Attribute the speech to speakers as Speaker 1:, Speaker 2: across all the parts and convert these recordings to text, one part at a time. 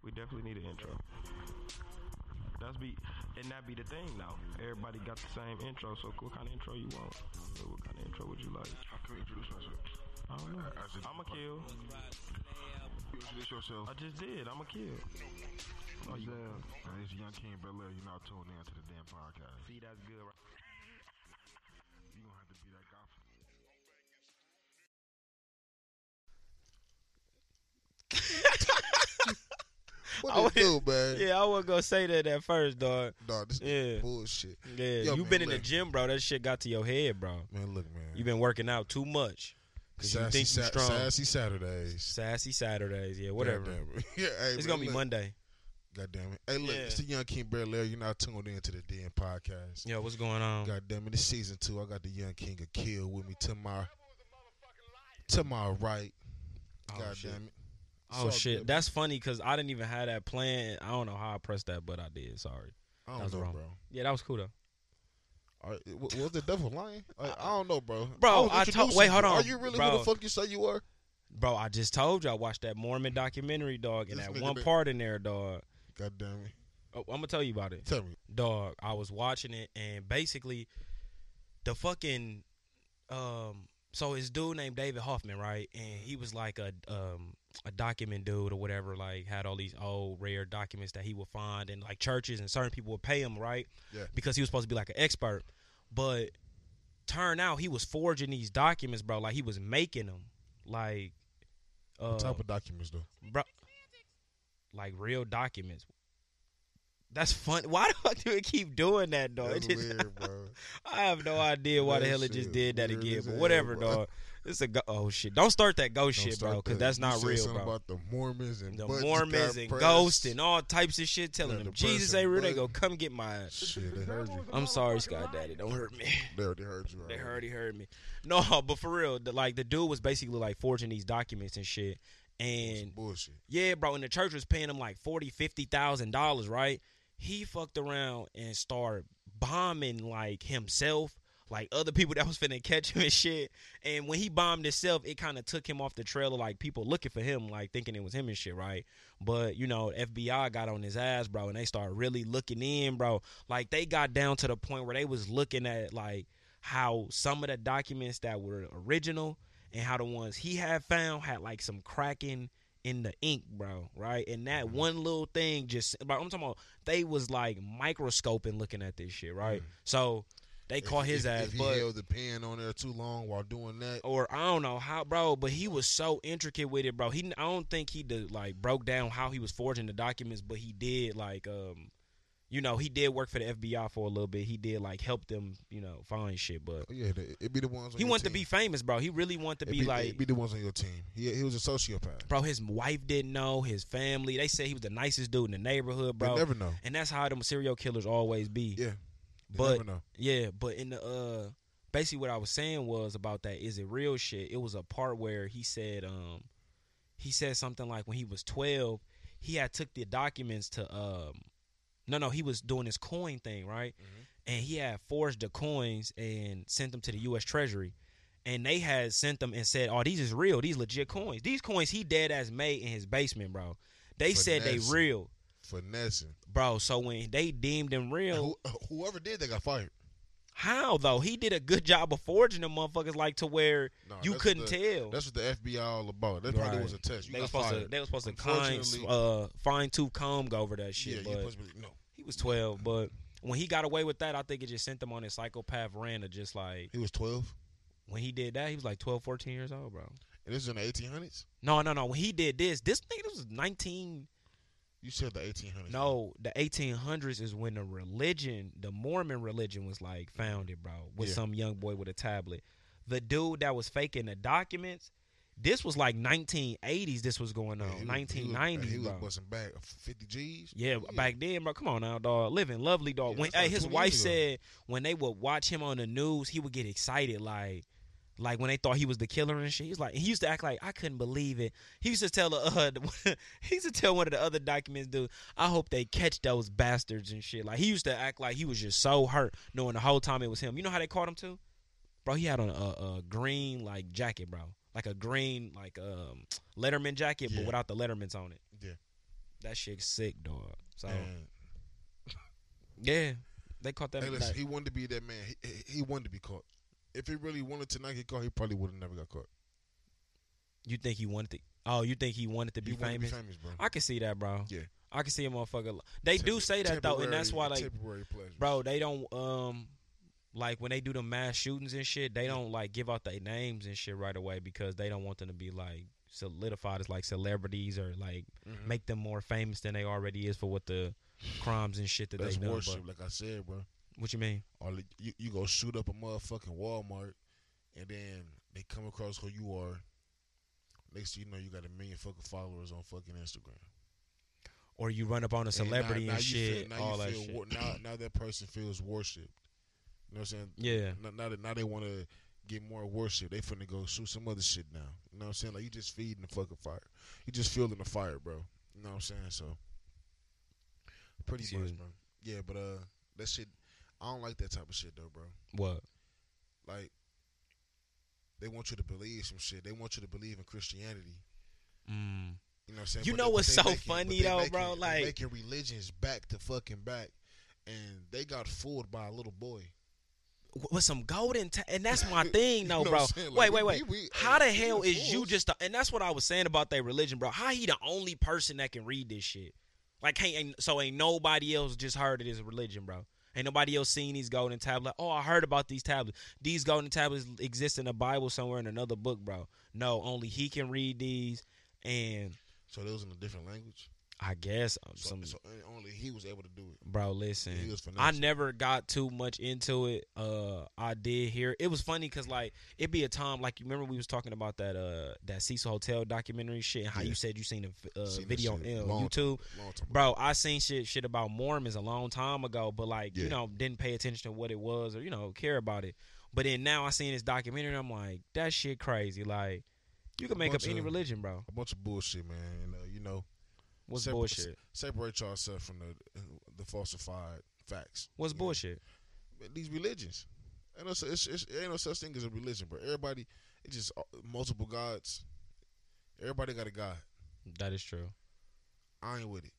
Speaker 1: We definitely need an intro. That's be and that be the thing now. Everybody got the same intro, so what kind of intro you want? So what kind of intro would you like?
Speaker 2: I can introduce myself.
Speaker 1: I don't know.
Speaker 2: I said-
Speaker 1: I'ma kill.
Speaker 2: You introduce yourself.
Speaker 1: I just did. I'ma kill.
Speaker 2: Oh, you And it's Young King Bel Air. You're not tuned in to the damn podcast.
Speaker 1: See, that's good. Right?
Speaker 2: You gonna have to be that guy. for-
Speaker 3: I
Speaker 4: What it do,
Speaker 3: was-
Speaker 4: man?
Speaker 3: Yeah, I was gonna say that at first, dog.
Speaker 4: Nah, this
Speaker 3: Yeah.
Speaker 4: is bullshit.
Speaker 3: Yeah,
Speaker 4: Yo,
Speaker 3: you
Speaker 4: man,
Speaker 3: been in the
Speaker 4: look.
Speaker 3: gym, bro. That shit got to your head, bro.
Speaker 4: Man, look, man.
Speaker 3: You been working out too much. Cause you think you
Speaker 4: Sa-
Speaker 3: strong.
Speaker 4: Sassy Saturdays.
Speaker 3: Sassy Saturdays, yeah, whatever.
Speaker 4: Goddamn it. yeah, hey,
Speaker 3: It's
Speaker 4: man,
Speaker 3: gonna be
Speaker 4: look.
Speaker 3: Monday.
Speaker 4: God damn it. Hey, look,
Speaker 3: Yeah.
Speaker 4: it's the Young King Bear Larry. You're not tuned in to the DN podcast.
Speaker 3: Yo, what's going on?
Speaker 4: God damn it. It's season two. I got the Young King of Kill with me to my to my right.
Speaker 3: Oh,
Speaker 4: God
Speaker 3: shit.
Speaker 4: damn it.
Speaker 3: Oh
Speaker 4: It's all
Speaker 3: shit,
Speaker 4: good.
Speaker 3: that's funny because I didn't even have that plan. I don't know how I pressed that, but I did. Sorry.
Speaker 4: I don't
Speaker 3: That was
Speaker 4: know,
Speaker 3: wrong.
Speaker 4: bro.
Speaker 3: Yeah, that was cool though.
Speaker 4: All right, w- was the devil lying? Like, I don't know, bro.
Speaker 3: Bro,
Speaker 4: was
Speaker 3: I told-
Speaker 4: introducing
Speaker 3: wait, hold
Speaker 4: you. Are
Speaker 3: on,
Speaker 4: you really
Speaker 3: bro.
Speaker 4: who the fuck you say you are?
Speaker 3: Bro, I just told you I watched that Mormon documentary, dog, and
Speaker 4: This
Speaker 3: that
Speaker 4: nigga
Speaker 3: one
Speaker 4: been-
Speaker 3: part in there, dog.
Speaker 4: God damn it.
Speaker 3: Oh, I'm gonna tell you about it.
Speaker 4: Tell me.
Speaker 3: dog i was watching it and basically the fucking um so his dude named david hoffman right and he was like a um a document dude or whatever like had all these old rare documents that he would find and like churches and certain people would pay him right
Speaker 4: Yeah.
Speaker 3: because he was supposed to be like an expert but turn out he was forging these documents bro like he was making them like uh,
Speaker 4: Type of documents, though.
Speaker 3: bro, like real documents. That's fun. Why the fuck do we keep doing that, dog? It
Speaker 4: That's
Speaker 3: just-
Speaker 4: weird, bro.
Speaker 3: I have no idea why the
Speaker 4: That
Speaker 3: hell it just
Speaker 4: shit
Speaker 3: did that
Speaker 4: weird
Speaker 3: again.
Speaker 4: as
Speaker 3: But
Speaker 4: hell,
Speaker 3: whatever,
Speaker 4: bro.
Speaker 3: dog. It's a go- oh shit. Don't start that ghost
Speaker 4: Don't
Speaker 3: shit, bro,
Speaker 4: start
Speaker 3: because
Speaker 4: that.
Speaker 3: that's
Speaker 4: You
Speaker 3: not
Speaker 4: said
Speaker 3: real,
Speaker 4: something
Speaker 3: bro.
Speaker 4: about the Mormons and
Speaker 3: The
Speaker 4: buttons
Speaker 3: Mormons
Speaker 4: got
Speaker 3: and
Speaker 4: pressed.
Speaker 3: ghosts and all types of shit, telling
Speaker 4: Yeah,
Speaker 3: them
Speaker 4: the
Speaker 3: Jesus
Speaker 4: person
Speaker 3: ain't real. They go
Speaker 4: button.
Speaker 3: come get my.
Speaker 4: Shit, they heard you.
Speaker 3: I'm sorry, Scott Daddy. Don't hurt me.
Speaker 4: They already heard you.
Speaker 3: They
Speaker 4: already.
Speaker 3: heard he heard me. No, but for real, the, like the dude was basically like forging these documents and shit.
Speaker 4: It's
Speaker 3: And
Speaker 4: bullshit.
Speaker 3: Yeah, bro, and the church was paying him like forty, fifty thousand dollars, right? He fucked around and started bombing like himself, like other people that was finna catch him and shit. And when he bombed himself, it kind of took him off the trail of like people looking for him, like thinking it was him and shit, right? But you know, FBI got on his ass, bro, and they started really looking in, bro. Like they got down to the point where they was looking at like how some of the documents that were original and how the ones he had found had like some cracking in the ink, bro. Right, and that
Speaker 4: Mm-hmm.
Speaker 3: one little thing just, bro. I'm talking about they was like microscoping looking at this shit, right? So they caught his
Speaker 4: Mm-hmm. if,
Speaker 3: ass,
Speaker 4: If he
Speaker 3: but Oh.
Speaker 4: held the pen on there too long while doing that,
Speaker 3: or I don't know how, bro. But he was so intricate with it, bro. He I don't think he did, like broke down how he was forging the documents, but he did like um, you know, he did work for the FBI for a little bit. He did like help them, you know, find shit. But
Speaker 4: oh, yeah, they- it'd be the ones. On
Speaker 3: he
Speaker 4: your
Speaker 3: wanted to
Speaker 4: team.
Speaker 3: be famous, bro. He really wanted to
Speaker 4: It'd
Speaker 3: be, like.
Speaker 4: it'd be the ones on your team. He, he was a sociopath.
Speaker 3: Bro, his wife didn't know. His family, they said he was the nicest dude in the neighborhood, bro.
Speaker 4: They never know.
Speaker 3: and that's how them serial killers always be.
Speaker 4: Yeah, they
Speaker 3: But-
Speaker 4: never know.
Speaker 3: Yeah, but in the uh basically what I was saying was about that is it real shit. It was a part where he said um he said something like when he was 12, he had took the documents to um no no, he was doing his coin thing, right? And he had forged the coins and sent them to the US Treasury. And they had sent them and said, "Oh, these is real. These legit coins. These coins he dead as made in his basement, bro. They said they
Speaker 4: Finesse.
Speaker 3: real,
Speaker 4: Finessing.
Speaker 3: bro. So when they deemed them real,
Speaker 4: And Who, whoever did, they got fired.
Speaker 3: how though? He did a good job of forging them motherfuckers, like to where
Speaker 4: Nah,
Speaker 3: you
Speaker 4: that's
Speaker 3: couldn't
Speaker 4: what the-
Speaker 3: tell.
Speaker 4: That's what the FBI all about. That probably
Speaker 3: Right.
Speaker 4: was a test. You
Speaker 3: they were
Speaker 4: got
Speaker 3: supposed
Speaker 4: fired.
Speaker 3: to. They were supposed to kind,
Speaker 4: Unfortunately-
Speaker 3: uh, fine tooth comb go over that
Speaker 4: yeah,
Speaker 3: shit.
Speaker 4: you
Speaker 3: but
Speaker 4: supposed to be, no.
Speaker 3: he was twelve. But when he got away with that, I think it just sent him on his psychopath ran to just like
Speaker 4: He was twelve,
Speaker 3: when he did that, he was like 12, 14 years old, bro.
Speaker 4: and this is in the eighteen hundreds.
Speaker 3: No, no, no. When he did this, this nigga this was nineteen.
Speaker 4: You said the eighteen hundreds.
Speaker 3: No, the eighteen hundreds is when the religion, the Mormon religion, was like founded, bro, with
Speaker 4: Yeah.
Speaker 3: some young boy with a tablet. The dude that was faking the documents, this was like nineteen eighties. This was going on nineteen
Speaker 4: He
Speaker 3: nineties,
Speaker 4: was
Speaker 3: bro.
Speaker 4: busting back Uh, fifty G's.
Speaker 3: yeah, back then, bro. Come on now, dog. Living lovely, dog.
Speaker 4: Yeah,
Speaker 3: when
Speaker 4: that's
Speaker 3: hey,
Speaker 4: like
Speaker 3: his
Speaker 4: 20
Speaker 3: wife
Speaker 4: years ago.
Speaker 3: said when they would watch him on the news, he would get excited, like. Like when they thought he was the killer and shit, he's like he used to act like I couldn't believe it. He used to tell the uh, he used to tell one of the other documents, dude, I hope they catch those bastards and shit. Like he used to act like he was just so hurt, knowing the whole time it was him. You know how they caught him too, bro? He had on a, a green like jacket, bro, like a green like um Letterman jacket,
Speaker 4: Yeah.
Speaker 3: but without the Lettermans on it.
Speaker 4: Yeah.
Speaker 3: That shit's sick, dog. So
Speaker 4: And
Speaker 3: yeah, they caught that.
Speaker 4: Hey, listen,
Speaker 3: like,
Speaker 4: he wanted to be that man. He, he, he wanted to be caught. If he really wanted to not get caught, he probably would have never got caught.
Speaker 3: you think he wanted to? Oh, you think he wanted to be
Speaker 4: he wanted
Speaker 3: famous?
Speaker 4: to be famous, bro.
Speaker 3: I can see that, bro.
Speaker 4: Yeah.
Speaker 3: I can see a motherfucker. They
Speaker 4: Tem-
Speaker 3: do say that though, and that's why
Speaker 4: temporary-
Speaker 3: like
Speaker 4: temporary pleasure,
Speaker 3: bro they don't um like when they do the mass shootings and shit they don't like give out their names and shit right away because they don't want them to be like solidified as like celebrities or like
Speaker 4: Mhm.
Speaker 3: make them more famous than they already is for what the crimes and shit that
Speaker 4: That's
Speaker 3: they done.
Speaker 4: worship,
Speaker 3: But,
Speaker 4: like I said, bro.
Speaker 3: what you mean?
Speaker 4: Or li- you, you go shoot up a motherfucking Walmart, and then they come across who you are. Next thing you know, you got a million fucking followers on fucking Instagram.
Speaker 3: Or you run up on a
Speaker 4: And now-
Speaker 3: celebrity and,
Speaker 4: now you feel-
Speaker 3: shit,
Speaker 4: now you
Speaker 3: all that
Speaker 4: feel
Speaker 3: shit.
Speaker 4: wor- now, now that person feels worshipped. You know what I'm saying?
Speaker 3: yeah,
Speaker 4: Now, now, that, now they want to get more worship. They finna go shoot some other shit now. You know what I'm saying? Like you just feeding the fucking fire. You just fueling the fire, bro. You know what I'm saying? So pretty
Speaker 3: Excuse
Speaker 4: much,
Speaker 3: me.
Speaker 4: bro. Yeah, but uh, that shit. I don't like that type of shit though, bro.
Speaker 3: what?
Speaker 4: Like they want you to believe some shit. They want you to believe in Christianity.
Speaker 3: Mm.
Speaker 4: You know what I'm saying?
Speaker 3: You
Speaker 4: But
Speaker 3: know
Speaker 4: they- but
Speaker 3: what's
Speaker 4: they
Speaker 3: so
Speaker 4: making- but
Speaker 3: funny,
Speaker 4: they
Speaker 3: though,
Speaker 4: making-
Speaker 3: bro?
Speaker 4: they
Speaker 3: Like-
Speaker 4: making religions back to fucking back, and they got fooled by a little boy.
Speaker 3: Wh- With some golden, ta and that's my thing,
Speaker 4: You
Speaker 3: though,
Speaker 4: know
Speaker 3: bro.
Speaker 4: what I'm saying? Like,
Speaker 3: wait, wait,
Speaker 4: we-
Speaker 3: wait.
Speaker 4: we- we-
Speaker 3: How the
Speaker 4: we
Speaker 3: hell
Speaker 4: the
Speaker 3: is you
Speaker 4: fools.
Speaker 3: just? The, and that's what I was saying about their religion, bro. How he the only person that can read this shit? Like, can't ain't, so ain't nobody else just heard of this religion, bro. Ain't nobody else seen these golden tablets. Oh, I heard about these tablets. These golden tablets exist in the Bible somewhere in another book, bro. No, only he can read these, and
Speaker 4: So they was in a different language.
Speaker 3: I guess um,
Speaker 4: So,
Speaker 3: some
Speaker 4: so only he was able to do it.
Speaker 3: bro. Listen,
Speaker 4: He was
Speaker 3: I
Speaker 4: finesse.
Speaker 3: never got too much into it. Uh, I did hear it was funny because like it'd be a time like you remember we was talking about that uh that Cecil Hotel documentary shit and how you
Speaker 4: Yeah.
Speaker 3: said you seen a uh,
Speaker 4: Seen that
Speaker 3: video on
Speaker 4: shit
Speaker 3: uh,
Speaker 4: long
Speaker 3: YouTube.
Speaker 4: Time, long time ago.
Speaker 3: Bro, I seen shit shit about Mormons a long time ago, but like you
Speaker 4: Yeah.
Speaker 3: know didn't pay attention to what it was or you know care about it. But then now I seen this documentary and I'm like that shit crazy. Like you can make up
Speaker 4: bunch
Speaker 3: any
Speaker 4: of-
Speaker 3: religion, bro.
Speaker 4: A bunch of bullshit, man. And uh, you know,
Speaker 3: What's
Speaker 4: separ-
Speaker 3: bullshit?
Speaker 4: Separate yourself from the the falsified facts.
Speaker 3: What's
Speaker 4: You know?
Speaker 3: bullshit?
Speaker 4: These religions. And it's, it's, it's, it ain't no such thing as a religion, bro. Everybody, it's just uh, multiple gods. Everybody got a god.
Speaker 3: That is true.
Speaker 4: I ain't with it.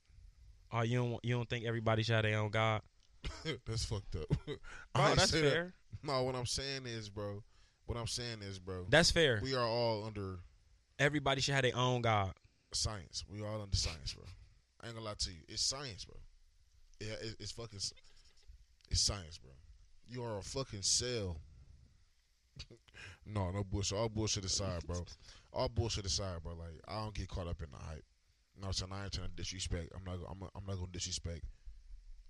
Speaker 3: Oh, you don't you don't think everybody should have their own God?
Speaker 4: that's fucked up. I
Speaker 3: Oh,
Speaker 4: ain't
Speaker 3: that's
Speaker 4: say that.
Speaker 3: fair.
Speaker 4: No, what I'm saying is, bro. What I'm saying is, bro.
Speaker 3: That's fair.
Speaker 4: we are all under
Speaker 3: Everybody should have their own God.
Speaker 4: science. We all under science, bro. I ain't gonna lie to you. It's science, bro. Yeah, it, it's fucking. s- It's science, bro. You are a fucking cell. no, no bullshit. All bullshit aside, bro. All bullshit aside, bro. Like I don't get caught up in the hype. No, so I ain't trying to disrespect. I'm not. go- I'm, not- I'm not gonna disrespect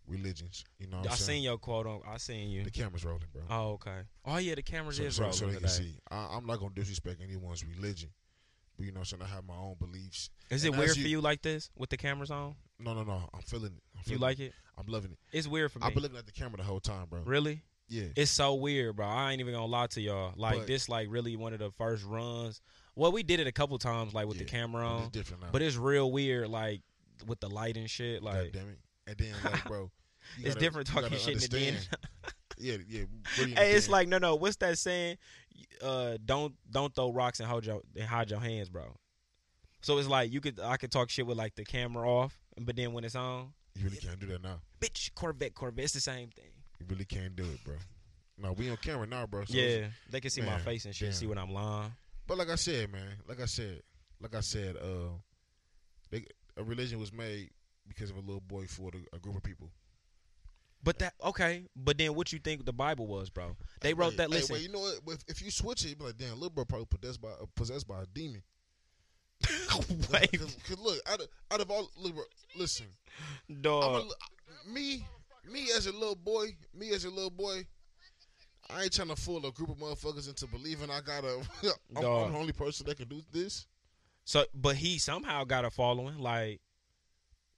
Speaker 4: religions. You know. What
Speaker 3: I
Speaker 4: I'm
Speaker 3: seen
Speaker 4: saying?
Speaker 3: your quote on. I seen you.
Speaker 4: The camera's rolling, bro.
Speaker 3: Oh, okay. Oh yeah, the cameras
Speaker 4: so,
Speaker 3: is
Speaker 4: so,
Speaker 3: rolling
Speaker 4: so they can
Speaker 3: today.
Speaker 4: see. I, I'm not gonna disrespect anyone's religion, but you know, what I'm saying I have my own beliefs.
Speaker 3: Is it
Speaker 4: And as
Speaker 3: weird
Speaker 4: you-
Speaker 3: for you like this with the cameras on?
Speaker 4: No, no, no. I'm feeling it. I'm
Speaker 3: You
Speaker 4: feeling
Speaker 3: like it?
Speaker 4: I'm loving it.
Speaker 3: It's weird for me.
Speaker 4: I've been looking at the camera the whole time, bro.
Speaker 3: really?
Speaker 4: Yeah.
Speaker 3: It's so weird, bro. I ain't even gonna lie to y'all. Like
Speaker 4: But-
Speaker 3: this, like really one of the first runs. Well, we did it a couple times, like with the
Speaker 4: Yeah,
Speaker 3: camera
Speaker 4: But
Speaker 3: on,
Speaker 4: it's different now.
Speaker 3: but it's real weird, like with the light and shit.
Speaker 4: God
Speaker 3: Like
Speaker 4: damn it. And then like, bro, you
Speaker 3: It's different
Speaker 4: you
Speaker 3: talking
Speaker 4: gotta
Speaker 3: shit in the den.
Speaker 4: understand. yeah, yeah. really
Speaker 3: Hey, it's
Speaker 4: understand.
Speaker 3: like no, no. What's that saying? Uh, don't don't throw rocks and hold your and hide your hands, bro. So it's like you could I could talk shit with like the camera off, but then when it's on,
Speaker 4: you really can't do that now.
Speaker 3: bitch, Corvette, Corvette, it's the same thing.
Speaker 4: You really can't do it, bro. No, we on camera now, bro. So
Speaker 3: yeah,
Speaker 4: it's-
Speaker 3: they can see my
Speaker 4: man,
Speaker 3: face and shit,
Speaker 4: damn.
Speaker 3: see when I'm lying.
Speaker 4: But like I said, man, like I said, like I said, uh, they, a religion was made because of a little boy for the, a group of people.
Speaker 3: But that okay. But then what you think the Bible was, bro? They
Speaker 4: Hey,
Speaker 3: wrote
Speaker 4: wait,
Speaker 3: that.
Speaker 4: hey,
Speaker 3: Listen,
Speaker 4: wait, you know what? If, if you switch it, you be like, damn, little bro probably possessed by possessed by a demon.
Speaker 3: wait,
Speaker 4: Cause, 'cause look, out of, out of all, look, bro, listen, I'm a
Speaker 3: dog.
Speaker 4: li- me, me as a little boy, me as a little boy, I ain't trying to fool a group of motherfuckers into believing I got a. I'm,
Speaker 3: Dog.
Speaker 4: I'm the only person that can do this.
Speaker 3: So, but he somehow got a following. Like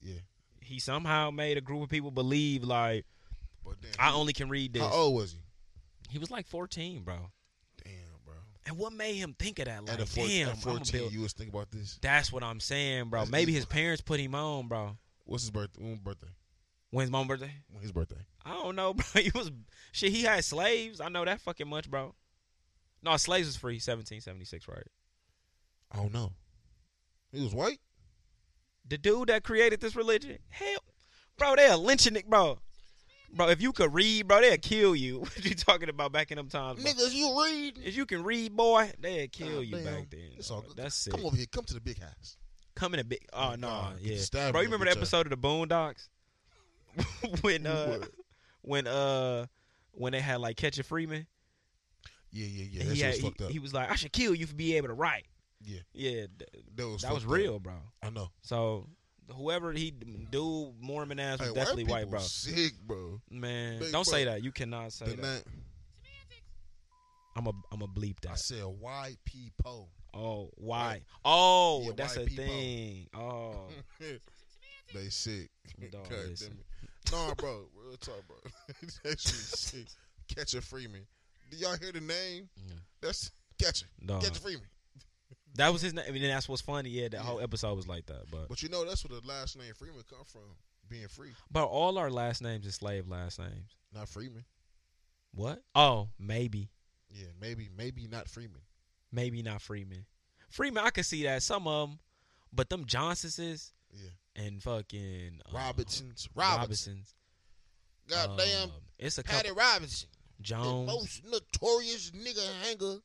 Speaker 4: Yeah,
Speaker 3: he somehow made a group of people believe. Like
Speaker 4: but damn,
Speaker 3: I only can read this.
Speaker 4: how old was he?
Speaker 3: He was like 14, bro.
Speaker 4: Damn, bro.
Speaker 3: And what made him think of that? Like,
Speaker 4: at a four,
Speaker 3: damn,
Speaker 4: at 14,
Speaker 3: I'm
Speaker 4: you was thinking about this.
Speaker 3: That's what I'm saying, bro.
Speaker 4: That's
Speaker 3: Maybe
Speaker 4: evil.
Speaker 3: his parents put him on, bro.
Speaker 4: What's his birthday? When birthday?
Speaker 3: When's my birthday?
Speaker 4: When his birthday?
Speaker 3: I don't know, bro. He was shit. He had slaves. I know that fucking much, bro. No, slaves was free. 1776, right?
Speaker 4: I don't know. He was white.
Speaker 3: The dude that created this religion, hell, bro, they're lynching it, bro. Bro, if you could read, bro, they'll kill you. What you talking about back in them times? Bro?
Speaker 4: Niggas, you read.
Speaker 3: If you can read, boy, they'll kill
Speaker 4: Ah,
Speaker 3: you
Speaker 4: damn.
Speaker 3: back then.
Speaker 4: It's
Speaker 3: bro.
Speaker 4: all good.
Speaker 3: That's sick.
Speaker 4: Come over here. Come to the big house.
Speaker 3: Coming a bit. Oh no,
Speaker 4: God, get
Speaker 3: yeah,
Speaker 4: the stab
Speaker 3: bro. You
Speaker 4: in
Speaker 3: remember the
Speaker 4: your
Speaker 3: episode of the Boondocks when uh
Speaker 4: What?
Speaker 3: when uh when they had like Catcher Freeman
Speaker 4: Yeah, yeah, yeah.
Speaker 3: and
Speaker 4: That
Speaker 3: he, had,
Speaker 4: shit's
Speaker 3: he,
Speaker 4: fucked up.
Speaker 3: he was like, I should kill you for being able to write.
Speaker 4: Yeah.
Speaker 3: yeah, th-
Speaker 4: that was,
Speaker 3: that was
Speaker 4: fucked up.
Speaker 3: real, bro.
Speaker 4: I know.
Speaker 3: So whoever he dude Mormon ass was
Speaker 4: Hey,
Speaker 3: definitely
Speaker 4: white
Speaker 3: white,
Speaker 4: people
Speaker 3: bro.
Speaker 4: Sick, bro.
Speaker 3: Man,
Speaker 4: Big
Speaker 3: don't say
Speaker 4: bro.
Speaker 3: that. You cannot say
Speaker 4: They
Speaker 3: that.
Speaker 4: not-
Speaker 3: I'm a I'm a bleep
Speaker 4: I
Speaker 3: that.
Speaker 4: said white people.
Speaker 3: Oh, why? Oh,
Speaker 4: Yeah,
Speaker 3: that's
Speaker 4: white
Speaker 3: a
Speaker 4: people.
Speaker 3: thing. Oh,
Speaker 4: they sick.
Speaker 3: Dog,
Speaker 4: God damn
Speaker 3: listen.
Speaker 4: it. Nah, bro. Real talk, bro. that shit sick. Catcher Freeman. Do y'all hear the name?
Speaker 3: Yeah. Uh-huh.
Speaker 4: That's Catcher.
Speaker 3: dog.
Speaker 4: Catcher Freeman.
Speaker 3: That was his name. I mean, that's what's funny. Yeah, that
Speaker 4: Yeah.
Speaker 3: whole episode was like that. But
Speaker 4: But you know that's where the last name Freeman come from. Being free,
Speaker 3: but all our last names is slave last names.
Speaker 4: not Freeman.
Speaker 3: What? Oh, maybe,
Speaker 4: Yeah, maybe, maybe not Freeman.
Speaker 3: maybe not Freeman. Freeman, I could see that some of them, but them Johnsonses
Speaker 4: Yeah,
Speaker 3: and fucking uh,
Speaker 4: Robinsons. Robinson.
Speaker 3: Robinsons.
Speaker 4: God damn,
Speaker 3: Um, it's a
Speaker 4: Patty
Speaker 3: couple
Speaker 4: Robinson, the
Speaker 3: Jones,
Speaker 4: most notorious nigga hanger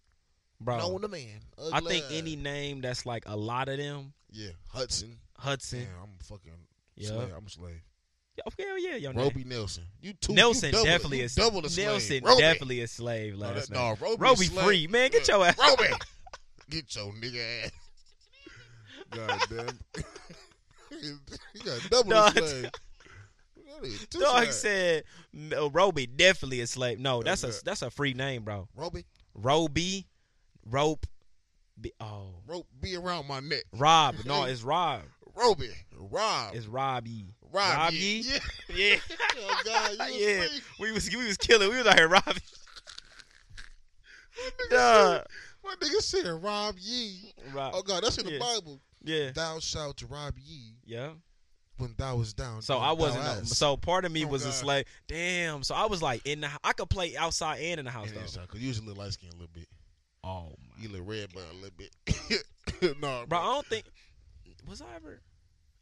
Speaker 3: bro.
Speaker 4: known to man.
Speaker 3: I
Speaker 4: Ugly
Speaker 3: think
Speaker 4: eye.
Speaker 3: any name that's like a lot of them,
Speaker 4: Yeah, Hudson.
Speaker 3: Hudson.
Speaker 4: Damn, I'm a fucking
Speaker 3: Yeah.
Speaker 4: slave. I'm a slave.
Speaker 3: Yeah, okay, hell yeah, your name.
Speaker 4: Roby Nelson. You two.
Speaker 3: Nelson
Speaker 4: you double,
Speaker 3: definitely
Speaker 4: you
Speaker 3: is
Speaker 4: double a slave.
Speaker 3: Nelson
Speaker 4: Roby.
Speaker 3: definitely a slave
Speaker 4: No,
Speaker 3: last
Speaker 4: that-
Speaker 3: name.
Speaker 4: no, Roby,
Speaker 3: Roby
Speaker 4: slave.
Speaker 3: free, man, get your ass.
Speaker 4: Roby. get your nigga ass. God damn. you got double
Speaker 3: Dog-
Speaker 4: a slave. That is two
Speaker 3: Dog
Speaker 4: slaves.
Speaker 3: said "No, Roby definitely a slave. No, that's a
Speaker 4: Okay.
Speaker 3: that's a free name, bro.
Speaker 4: Roby,
Speaker 3: Roby, rope, be, oh
Speaker 4: rope be around my neck.
Speaker 3: Rob. No, it's Rob.
Speaker 4: Roby, Rob,
Speaker 3: It's Robbie.
Speaker 4: Rob,
Speaker 3: Rob E.
Speaker 4: yeah.
Speaker 3: Yee?
Speaker 4: yeah.
Speaker 3: Yeah,
Speaker 4: Oh God, you was
Speaker 3: yeah.
Speaker 4: free.
Speaker 3: We was we was killing. We was out here robbing. Dog.
Speaker 4: My nigga said Rob ye.
Speaker 3: Rob.
Speaker 4: Oh God, that's in the
Speaker 3: Uh, Yeah.
Speaker 4: Bible.
Speaker 3: Yeah,
Speaker 4: Thou shalt rob ye
Speaker 3: yeah.
Speaker 4: when thou was down.
Speaker 3: So
Speaker 4: thou-
Speaker 3: I wasn't.
Speaker 4: thou
Speaker 3: a-
Speaker 4: hast.
Speaker 3: so part of me
Speaker 4: Oh,
Speaker 3: was a
Speaker 4: God.
Speaker 3: slave. Damn. So I was like in the. I could play outside and in the house
Speaker 4: And it's
Speaker 3: though.
Speaker 4: not, Cause you was a little light skinned a little bit.
Speaker 3: Oh my.
Speaker 4: You little red but a little bit. no,
Speaker 3: Bro, I don't think. Was I ever?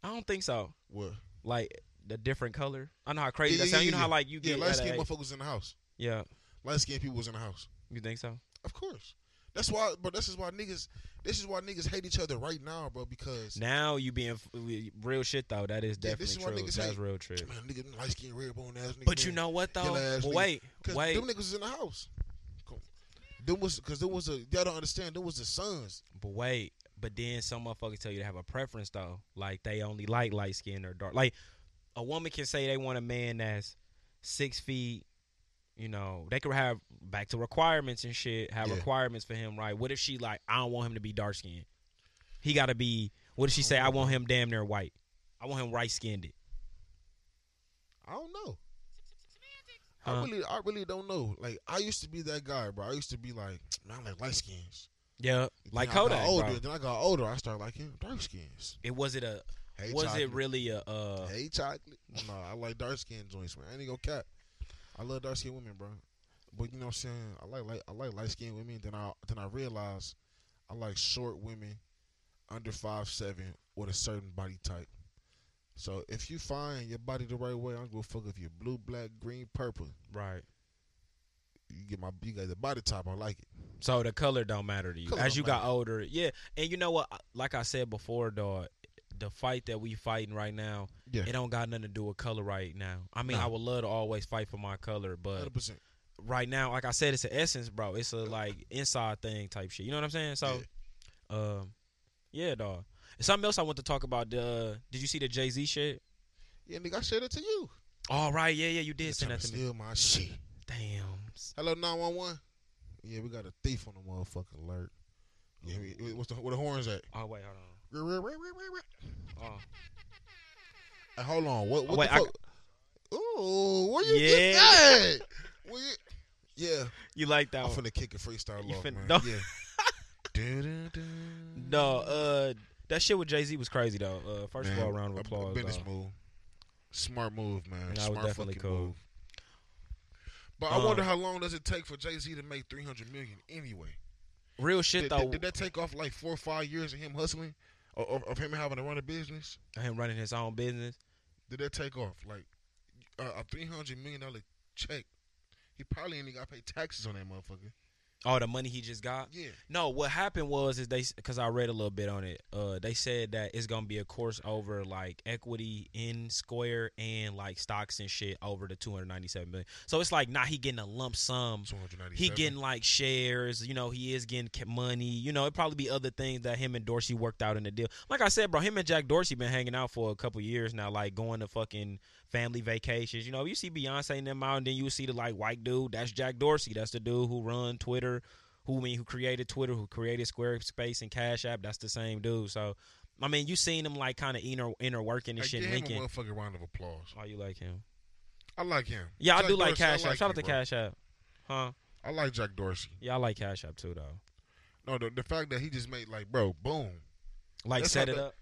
Speaker 3: I don't think so.
Speaker 4: What?
Speaker 3: Like the different color. I know how crazy
Speaker 4: Yeah,
Speaker 3: that
Speaker 4: yeah,
Speaker 3: sounds. You
Speaker 4: yeah,
Speaker 3: know how like you
Speaker 4: yeah,
Speaker 3: get.
Speaker 4: light
Speaker 3: at a-
Speaker 4: skinned motherfuckers in the house.
Speaker 3: yeah.
Speaker 4: Light skinned people was in the house.
Speaker 3: You think so?
Speaker 4: Of course. That's why, bro. This is why niggas. This is why niggas hate each other right now, bro. Because
Speaker 3: Now you being f- we- real shit though. That is
Speaker 4: Yeah, this
Speaker 3: definitely
Speaker 4: is why
Speaker 3: true.
Speaker 4: niggas
Speaker 3: That's
Speaker 4: hate-
Speaker 3: real true.
Speaker 4: man, nigga, light skinned red bone ass nigga.
Speaker 3: But you
Speaker 4: man.
Speaker 3: know what though?
Speaker 4: ass
Speaker 3: Well,
Speaker 4: niggas.
Speaker 3: wait,
Speaker 4: Cause
Speaker 3: wait.
Speaker 4: them niggas was in the house. Cool. Them was cause there was a y'all don't understand. There was the sons.
Speaker 3: But wait, but then some motherfuckers tell you to have a preference though. Like they only like light skin or dark. Like a woman can say they want a man that's six feet. You know, they could have back to requirements and shit. Have
Speaker 4: Yeah.
Speaker 3: requirements for him, right? What if she like, I don't want him to be dark skinned. He got to be. What if she say, I want him damn near white. I want him right skinned. It.
Speaker 4: I don't know.
Speaker 3: Huh?
Speaker 4: I really, I really don't know. Like I used to be that guy, bro. I used to be like, man, I like light skins.
Speaker 3: Yeah, like
Speaker 4: then I
Speaker 3: Kodak.
Speaker 4: got
Speaker 3: bro.
Speaker 4: older, then I got older. I started liking dark skins.
Speaker 3: It was it a
Speaker 4: Hey,
Speaker 3: was
Speaker 4: chocolate.
Speaker 3: it really a uh
Speaker 4: Hey, chocolate. No, I like dark skin joints, man. I ain't gonna cap. I love dark skinned women, bro. But you know what I'm saying? I like light I like light skinned women. Then I then I realized I like short women under five seven with a certain body type. So if you find your body the right way, I'm gonna fuck if you blue, black, green, purple.
Speaker 3: right?
Speaker 4: You get my you got the body type, I like it.
Speaker 3: So the color don't matter to you
Speaker 4: Color
Speaker 3: as
Speaker 4: don't
Speaker 3: you got older. Yeah, and you know what? Like I said before, dog, the fight that we fighting right now,
Speaker 4: Yeah.
Speaker 3: it don't got nothing to do with color right now. I mean,
Speaker 4: Nah.
Speaker 3: I would love to always fight for my color, but
Speaker 4: Hundred percent.
Speaker 3: right now, like I said, it's an essence, bro. It's a like inside thing type shit. You know what I'm saying? So, um, yeah, dog. Something else I want to talk about. The did you see the Jay Z shit?
Speaker 4: Yeah, nigga, I said it to you.
Speaker 3: All Oh, right, yeah, yeah, you did
Speaker 4: Nigga
Speaker 3: send
Speaker 4: tryna
Speaker 3: that to me.
Speaker 4: steal my shit.
Speaker 3: Damn.
Speaker 4: Hello, nine one one. Yeah, we got a thief on the motherfucking alert. Yeah, we- what's the where the horns at?
Speaker 3: Oh wait, hold
Speaker 4: Rah, rah, rah, rah, rah.
Speaker 3: on. Oh.
Speaker 4: Hey, hold on. What?
Speaker 3: Oh,
Speaker 4: what
Speaker 3: wait,
Speaker 4: the
Speaker 3: I-
Speaker 4: fuck? Ooh, where you
Speaker 3: Yeah.
Speaker 4: get that? Where you- yeah,
Speaker 3: You like that
Speaker 4: I'm
Speaker 3: one?
Speaker 4: finna kick a freestyle
Speaker 3: Oh. You
Speaker 4: off,
Speaker 3: fin-
Speaker 4: man.
Speaker 3: no.
Speaker 4: Yeah. Du-du-du.
Speaker 3: No, uh, that shit with Jay Z was crazy though. Uh, first
Speaker 4: Man,
Speaker 3: of all, round of
Speaker 4: a- a
Speaker 3: applause.
Speaker 4: Business
Speaker 3: dog.
Speaker 4: move. Smart move, man.
Speaker 3: That was
Speaker 4: Smart
Speaker 3: definitely
Speaker 4: fucking
Speaker 3: cool.
Speaker 4: move. But
Speaker 3: Um,
Speaker 4: I wonder how long does it take for Jay Z to make 300 million anyway?
Speaker 3: Real shit
Speaker 4: Did,
Speaker 3: though.
Speaker 4: did- did that take off like four or five years of him hustling? of, of- of him having to run a business,
Speaker 3: him running his own business.
Speaker 4: did that take off? Like uh, a three hundred million dollar check, he probably ain't even got to pay taxes on that motherfucker.
Speaker 3: All the money he just got.
Speaker 4: Yeah,
Speaker 3: No, what happened was is they because I read a little bit on it. Uh, they said that it's gonna be a course over like equity in Square and like stocks and shit over the two hundred ninety seven million. So it's like not he getting a lump sum.
Speaker 4: two hundred ninety.
Speaker 3: He getting like shares, you know. He is getting ca- money, you know. It probably be other things that him and Dorsey worked out in the deal. Like I said, bro, him and Jack Dorsey been hanging out for a couple years now, like going to fucking family vacations. You know, you see Beyonce and them out, and then you see the like white dude. That's Jack Dorsey. That's the dude who run Twitter, who I mean who created Twitter, who created Squarespace and Cash App. That's the same dude. So, I mean, you seen him like kind of inner inner working and
Speaker 4: Hey,
Speaker 3: shit,
Speaker 4: give him a
Speaker 3: linking.
Speaker 4: motherfucking round of applause.
Speaker 3: Why you like him?
Speaker 4: I like him.
Speaker 3: Yeah, I
Speaker 4: Jack
Speaker 3: do like
Speaker 4: Dorsey, I
Speaker 3: Cash App.
Speaker 4: like
Speaker 3: Shout
Speaker 4: you,
Speaker 3: out to
Speaker 4: bro.
Speaker 3: Cash App, huh?
Speaker 4: I like Jack Dorsey.
Speaker 3: Yeah, I like Cash App too, though.
Speaker 4: No, the, the fact that he just made like, bro, boom.
Speaker 3: like
Speaker 4: That's
Speaker 3: set
Speaker 4: how
Speaker 3: it
Speaker 4: the-
Speaker 3: up.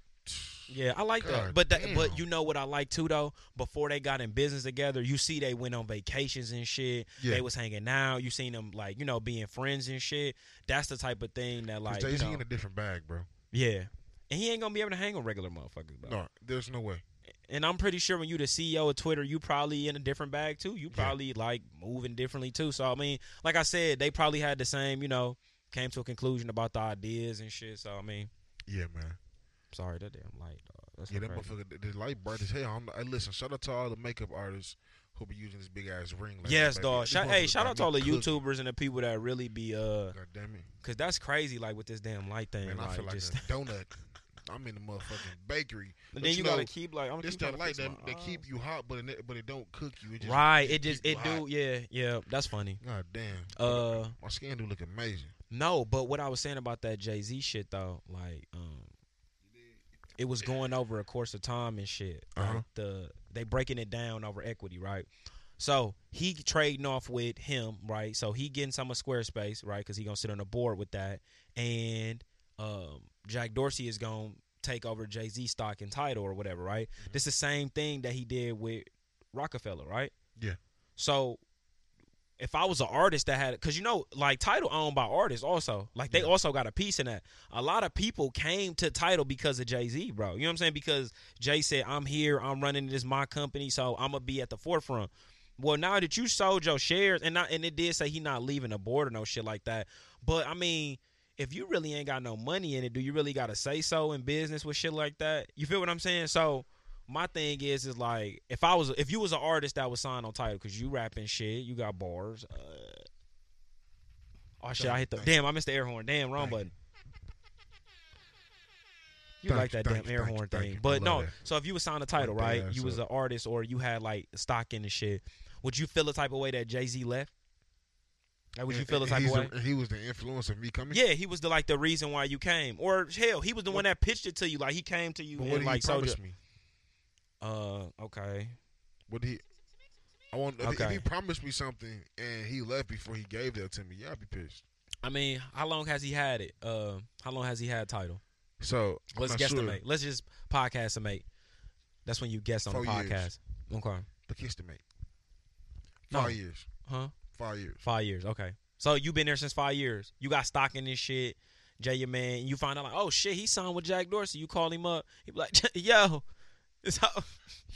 Speaker 3: Yeah, I like that.
Speaker 4: God
Speaker 3: But that,
Speaker 4: damn.
Speaker 3: but you know what I like too though. Before they got in business together, you see they went on vacations and shit.
Speaker 4: Yeah.
Speaker 3: They was hanging out. You seen them like you know being friends and shit. That's the type of thing that like
Speaker 4: Jay
Speaker 3: you
Speaker 4: Z
Speaker 3: know-
Speaker 4: in a different bag, bro.
Speaker 3: yeah. And he ain't gonna be able to hang with regular motherfuckers. Bro.
Speaker 4: No, there's no way.
Speaker 3: And I'm pretty sure when you the CEO of Twitter, you probably in a different bag too. You
Speaker 4: Yeah.
Speaker 3: probably like moving differently too. So I mean, like I said, they probably had the same. You know, came to a conclusion about the ideas and shit. So I mean,
Speaker 4: Yeah, man.
Speaker 3: sorry that damn light. Dog. That's
Speaker 4: Yeah, that
Speaker 3: crazy.
Speaker 4: motherfucker, the- the light bright as hell. I'm, hey, listen, shout out to all the makeup artists who be using this big ass ring. Like
Speaker 3: yes,
Speaker 4: that, baby.
Speaker 3: dog.
Speaker 4: These
Speaker 3: Shout, hey,
Speaker 4: motherfuckers
Speaker 3: shout
Speaker 4: got
Speaker 3: out to all
Speaker 4: me
Speaker 3: the
Speaker 4: cooked.
Speaker 3: YouTubers and the people that really be uh,
Speaker 4: God damn it,
Speaker 3: cause that's crazy. Like with this damn light thing,
Speaker 4: man!
Speaker 3: like,
Speaker 4: I feel like
Speaker 3: just.
Speaker 4: a donut. I'm in the motherfucking bakery.
Speaker 3: But
Speaker 4: But
Speaker 3: then
Speaker 4: you
Speaker 3: you gotta
Speaker 4: know,
Speaker 3: keep like I'm
Speaker 4: This
Speaker 3: keep trying
Speaker 4: that
Speaker 3: to
Speaker 4: light
Speaker 3: fix
Speaker 4: that,
Speaker 3: my uh,
Speaker 4: that
Speaker 3: eyes.
Speaker 4: keep you hot, but it, but it don't cook you. It just,
Speaker 3: right. It just
Speaker 4: keep
Speaker 3: it
Speaker 4: you
Speaker 3: do
Speaker 4: hot.
Speaker 3: yeah yeah. That's funny.
Speaker 4: God damn.
Speaker 3: Uh,
Speaker 4: my skin do look amazing.
Speaker 3: no, but what I was saying about that Jay Z shit though, like um, it was going over a course of time and shit. Like
Speaker 4: Uh-huh.
Speaker 3: the they breaking it down over equity, right? So he trading off with him, right? So he getting some of Squarespace, right? Because he gonna sit on the board with that, and um, Jack Dorsey is gonna take over Jay Z stock and title or whatever, right?
Speaker 4: Mm-hmm.
Speaker 3: This the same thing that he did with Rockefeller, right?
Speaker 4: Yeah.
Speaker 3: So if I was an artist that had, because you know, like title owned by artists also, like they
Speaker 4: Yeah.
Speaker 3: also got a piece in that. A lot of people came to title because of Jay Z, bro. You know what I'm saying? Because Jay said, "I'm here, I'm running this my company, so I'm gonna be at the forefront." Well, now that you sold your shares, and not, and it did say he not leaving the board or no shit like that, but I mean, if you really ain't got no money in it, do you really got to say so in business with shit like that? You feel what I'm saying? So my thing is, is like if I was, if you was an artist that was signed on title because you rapping shit, you got bars. Uh, oh shit, I hit the
Speaker 4: Thank you.
Speaker 3: damn, I missed the air horn. Damn, wrong
Speaker 4: Thank you.
Speaker 3: button. You
Speaker 4: Thank
Speaker 3: like
Speaker 4: you,
Speaker 3: that
Speaker 4: thank
Speaker 3: damn
Speaker 4: you,
Speaker 3: air
Speaker 4: thank you,
Speaker 3: horn
Speaker 4: thank
Speaker 3: thing,
Speaker 4: you. I
Speaker 3: but
Speaker 4: love
Speaker 3: no.
Speaker 4: that.
Speaker 3: So if you was signed a title,
Speaker 4: Like that
Speaker 3: right?
Speaker 4: ass
Speaker 3: You was an
Speaker 4: up.
Speaker 3: artist or you had like stock in the shit. Would you feel the type of way that Jay Z left? Like, would you
Speaker 4: And-
Speaker 3: feel the
Speaker 4: and
Speaker 3: type of
Speaker 4: he's
Speaker 3: way?
Speaker 4: the- he was the influence of me coming.
Speaker 3: Yeah, he was the like the reason why you came, or hell, he was the one that pitched it to you. Like he came to you
Speaker 4: but
Speaker 3: and
Speaker 4: what did
Speaker 3: like
Speaker 4: he
Speaker 3: sold you.
Speaker 4: promise me?
Speaker 3: Uh, okay.
Speaker 4: What did he? I want if, he- if
Speaker 3: Okay.
Speaker 4: he promised me something and he left before he gave that to me. Yeah, I'd be pissed.
Speaker 3: I mean, how long has he had it? Uh, how long has he had title?
Speaker 4: So I'm
Speaker 3: Let's
Speaker 4: not
Speaker 3: guesstimate.
Speaker 4: sure.
Speaker 3: Let's just podcast mate. That's when you guess on the
Speaker 4: Four years.
Speaker 3: podcast. Okay.
Speaker 4: But kiss the mate.
Speaker 3: No.
Speaker 4: Five years.
Speaker 3: Huh?
Speaker 4: Five years.
Speaker 3: Five years. Okay. So you been there since five years. You got stock in this shit. Jay, your man. And you find out like, oh shit, he signed with Jack Dorsey. You call him up. He be like, yo, it's ho,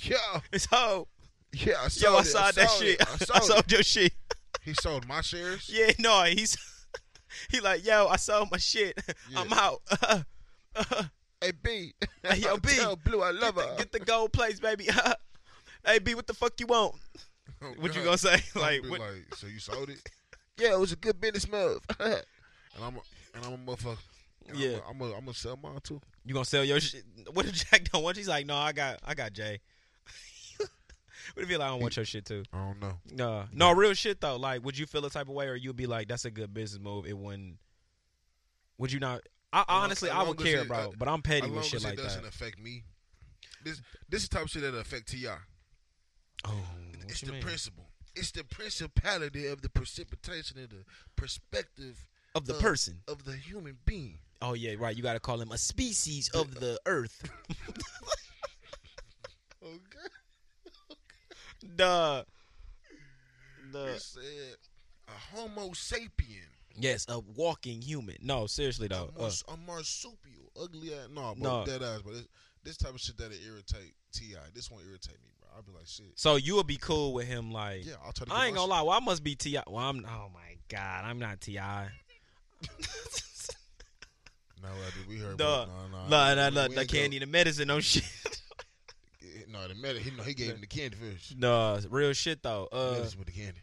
Speaker 4: Yeah,
Speaker 3: it's ho.
Speaker 4: yeah. I
Speaker 3: Yo,
Speaker 4: sold
Speaker 3: I
Speaker 4: it.
Speaker 3: saw that
Speaker 4: sold
Speaker 3: shit.
Speaker 4: it. I sold, it.
Speaker 3: your shit.
Speaker 4: He sold my shares.
Speaker 3: Yeah, no, he's he like, yo, I sold my shit. I'm out.
Speaker 4: Hey B.
Speaker 3: Hey, yo, B.
Speaker 4: Tell Blue I
Speaker 3: get,
Speaker 4: love
Speaker 3: the,
Speaker 4: her.
Speaker 3: get the gold plates, baby. hey, B, what the fuck you want?
Speaker 4: Oh,
Speaker 3: What you
Speaker 4: God.
Speaker 3: gonna say?
Speaker 4: I'm
Speaker 3: like,
Speaker 4: be
Speaker 3: what?
Speaker 4: like, so you sold it? yeah, it was a good business move. and I'm a, and I'm a motherfucker. And
Speaker 3: Yeah.
Speaker 4: I'm gonna I'm gonna sell mine too.
Speaker 3: you gonna sell your shit? What if Jack don't want? you? He's like, no, I got, I got Jay. what if you like, I don't want your shit too?
Speaker 4: I don't know.
Speaker 3: No, no, real shit though. Like, would you feel a type of way, or you'd be like, that's a good business move? It wouldn't. Would you not? I
Speaker 4: long-
Speaker 3: honestly,
Speaker 4: as
Speaker 3: I
Speaker 4: long
Speaker 3: would
Speaker 4: as
Speaker 3: care,
Speaker 4: it-
Speaker 3: bro.
Speaker 4: uh,
Speaker 3: But I'm petty
Speaker 4: as long
Speaker 3: with shit
Speaker 4: as
Speaker 3: like
Speaker 4: it doesn't
Speaker 3: that.
Speaker 4: affect me. This this is the type of shit that'll affect Ti.
Speaker 3: Oh,
Speaker 4: It's
Speaker 3: what
Speaker 4: the
Speaker 3: you mean?
Speaker 4: principle. It's the principality of the precipitation and the perspective
Speaker 3: of the
Speaker 4: uh,
Speaker 3: person.
Speaker 4: of the human being.
Speaker 3: Oh yeah, right. You gotta call him a species of the earth.
Speaker 4: Oh God.
Speaker 3: Duh. Duh.
Speaker 4: It said a Homo sapien,
Speaker 3: Yes, a walking human. No, seriously
Speaker 4: a,
Speaker 3: though. Uh,
Speaker 4: mars- a marsupial, ugly ass. No, bro,
Speaker 3: No.
Speaker 4: dead ass. But it's, this type of shit that'll irritate Ti. This won't irritate me, bro. I'll be like, shit.
Speaker 3: So you would be cool with him, like.
Speaker 4: Yeah, I'll try to.
Speaker 3: I
Speaker 4: get
Speaker 3: ain't
Speaker 4: my
Speaker 3: gonna lie. Well, I must be Ti. Well, I'm. Oh my god, I'm not Ti.
Speaker 4: shit- No, I did. we heard.
Speaker 3: Duh.
Speaker 4: bro. No, no,
Speaker 3: No, no, no.
Speaker 4: we
Speaker 3: The
Speaker 4: ain't go-
Speaker 3: candy, the medicine, no shit.
Speaker 4: Eh, No, the medic. He, no, he gave him the candy first.
Speaker 3: no, real shit though. Uh,
Speaker 4: Medicine with the candy.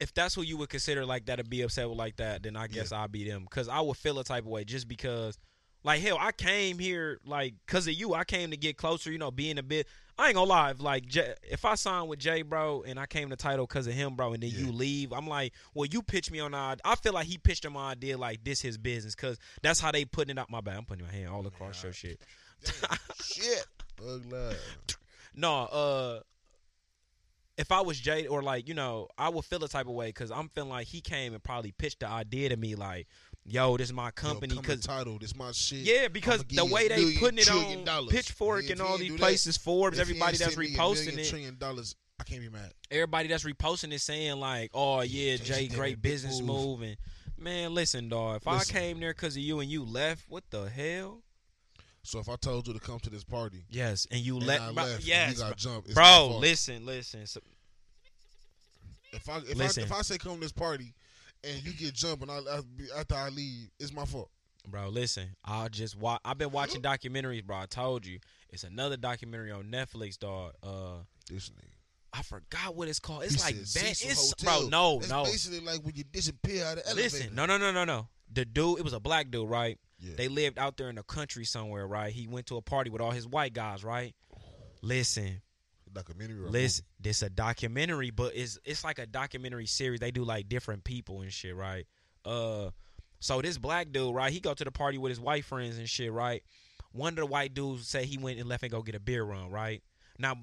Speaker 3: if that's who you would consider like that to be upset with like that, then I guess I'll be them because I would feel a type of way just because. Like hell, I came here like because of you. I came to get closer, you know, being a bit. I ain't gonna lie, if, like J- if I signed with Jay, bro, and I came to title because of him, bro, and then you
Speaker 4: Yeah.
Speaker 3: leave, I'm like, well, you pitched me on the. id- I feel like he pitched him my idea, like this his business, because that's how they putting it out. My bad, I'm putting my hand all across your shit.
Speaker 4: Damn, shit. Ugly. ass.
Speaker 3: No, uh if I was Jade or like, you know, I would feel a type of way cuz I'm feeling like he came and probably pitched the idea to me like, yo, this is my company
Speaker 4: Yo, come
Speaker 3: cuz
Speaker 4: title. This my shit.
Speaker 3: yeah, because
Speaker 4: I'ma give
Speaker 3: the
Speaker 4: you a
Speaker 3: way they
Speaker 4: million
Speaker 3: putting it
Speaker 4: trillion
Speaker 3: on
Speaker 4: dollars.
Speaker 3: Pitchfork
Speaker 4: If
Speaker 3: and
Speaker 4: he
Speaker 3: all
Speaker 4: ain't
Speaker 3: these
Speaker 4: do that,
Speaker 3: places, Forbes,
Speaker 4: If he
Speaker 3: everybody
Speaker 4: ain't
Speaker 3: that's
Speaker 4: sent me a
Speaker 3: reposting
Speaker 4: million
Speaker 3: it,
Speaker 4: trillion dollars. I can't be mad.
Speaker 3: everybody that's reposting it saying like, "Oh yeah,
Speaker 4: Yeah, Jay-Z
Speaker 3: Jay,
Speaker 4: did
Speaker 3: great
Speaker 4: that big
Speaker 3: business move.
Speaker 4: move.
Speaker 3: And man, listen, dog, if
Speaker 4: Listen.
Speaker 3: I came there cuz of you and you left, what the hell?
Speaker 4: So if I told you to come to this party,
Speaker 3: Yes, and you
Speaker 4: and
Speaker 3: left,
Speaker 4: I
Speaker 3: bro,
Speaker 4: left, and
Speaker 3: yes,
Speaker 4: you got jumped. it's my
Speaker 3: bro.
Speaker 4: fault.
Speaker 3: Listen, listen. So,
Speaker 4: If I if,
Speaker 3: Listen.
Speaker 4: I if I say come to this party, and you get jumped, and I I- after I leave, it's my fault.
Speaker 3: Bro, listen. I just watch. I've been watching documentaries, bro. I told you, it's another documentary on Netflix, dog. Uh,
Speaker 4: This nigga.
Speaker 3: I forgot what it's called. It's
Speaker 4: He
Speaker 3: like
Speaker 4: said,
Speaker 3: van-
Speaker 4: Cecil
Speaker 3: it's
Speaker 4: Hotel.
Speaker 3: bro. No,
Speaker 4: That's
Speaker 3: no.
Speaker 4: Basically, like when you disappear out of the elevator.
Speaker 3: Listen, no, no, no, no, no. The dude, it was a black dude, right?
Speaker 4: Yeah.
Speaker 3: They lived out there in the country somewhere, right? He went to a party with all his white guys, right? Listen,
Speaker 4: documentary. or a
Speaker 3: Listen, this a documentary, but it's it's like a documentary series. They do like different people and shit, right? Uh, so this black dude, right? He go to the party with his white friends and shit, right? One of the white dudes say he went and left and go get a beer run, right? Now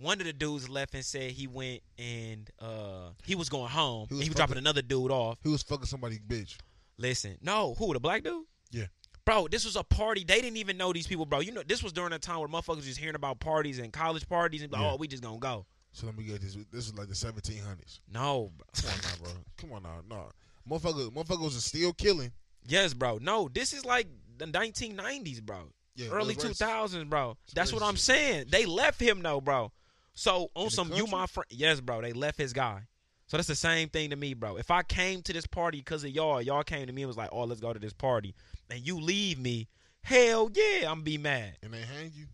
Speaker 3: one of the dudes left and said he went and uh he was going home.
Speaker 4: He
Speaker 3: and
Speaker 4: was
Speaker 3: he was dropping
Speaker 4: fucking-
Speaker 3: another dude
Speaker 4: movie.
Speaker 3: off.
Speaker 4: He was fucking somebody's bitch.
Speaker 3: Listen, no, who the black dude?
Speaker 4: Yeah.
Speaker 3: Bro, this was a party. They didn't even know these people, bro. You know, this was during a time where motherfuckers just hearing about parties and college parties and be like,
Speaker 4: Yeah.
Speaker 3: oh, we just gonna go.
Speaker 4: So let me get this. This is like the 1700s.
Speaker 3: No, bro.
Speaker 4: Come on now, bro. Come on now, no. Motherfuckers, motherfuckers are still killing.
Speaker 3: Yes, bro. No, this is like the 1990s, bro.
Speaker 4: Yeah,
Speaker 3: Early
Speaker 4: that's racist.
Speaker 3: 2000s, bro. That's what I'm
Speaker 4: racist.
Speaker 3: saying. They left him though, bro. So on
Speaker 4: the
Speaker 3: some you
Speaker 4: country?
Speaker 3: my friend. Yes, bro. They left his guy. So that's the same thing to me, bro. If I came to this party because of y'all, y'all came to me and was like, "Oh, let's go to this party," and you leave me, hell yeah, I'm be mad,
Speaker 4: And they hang you.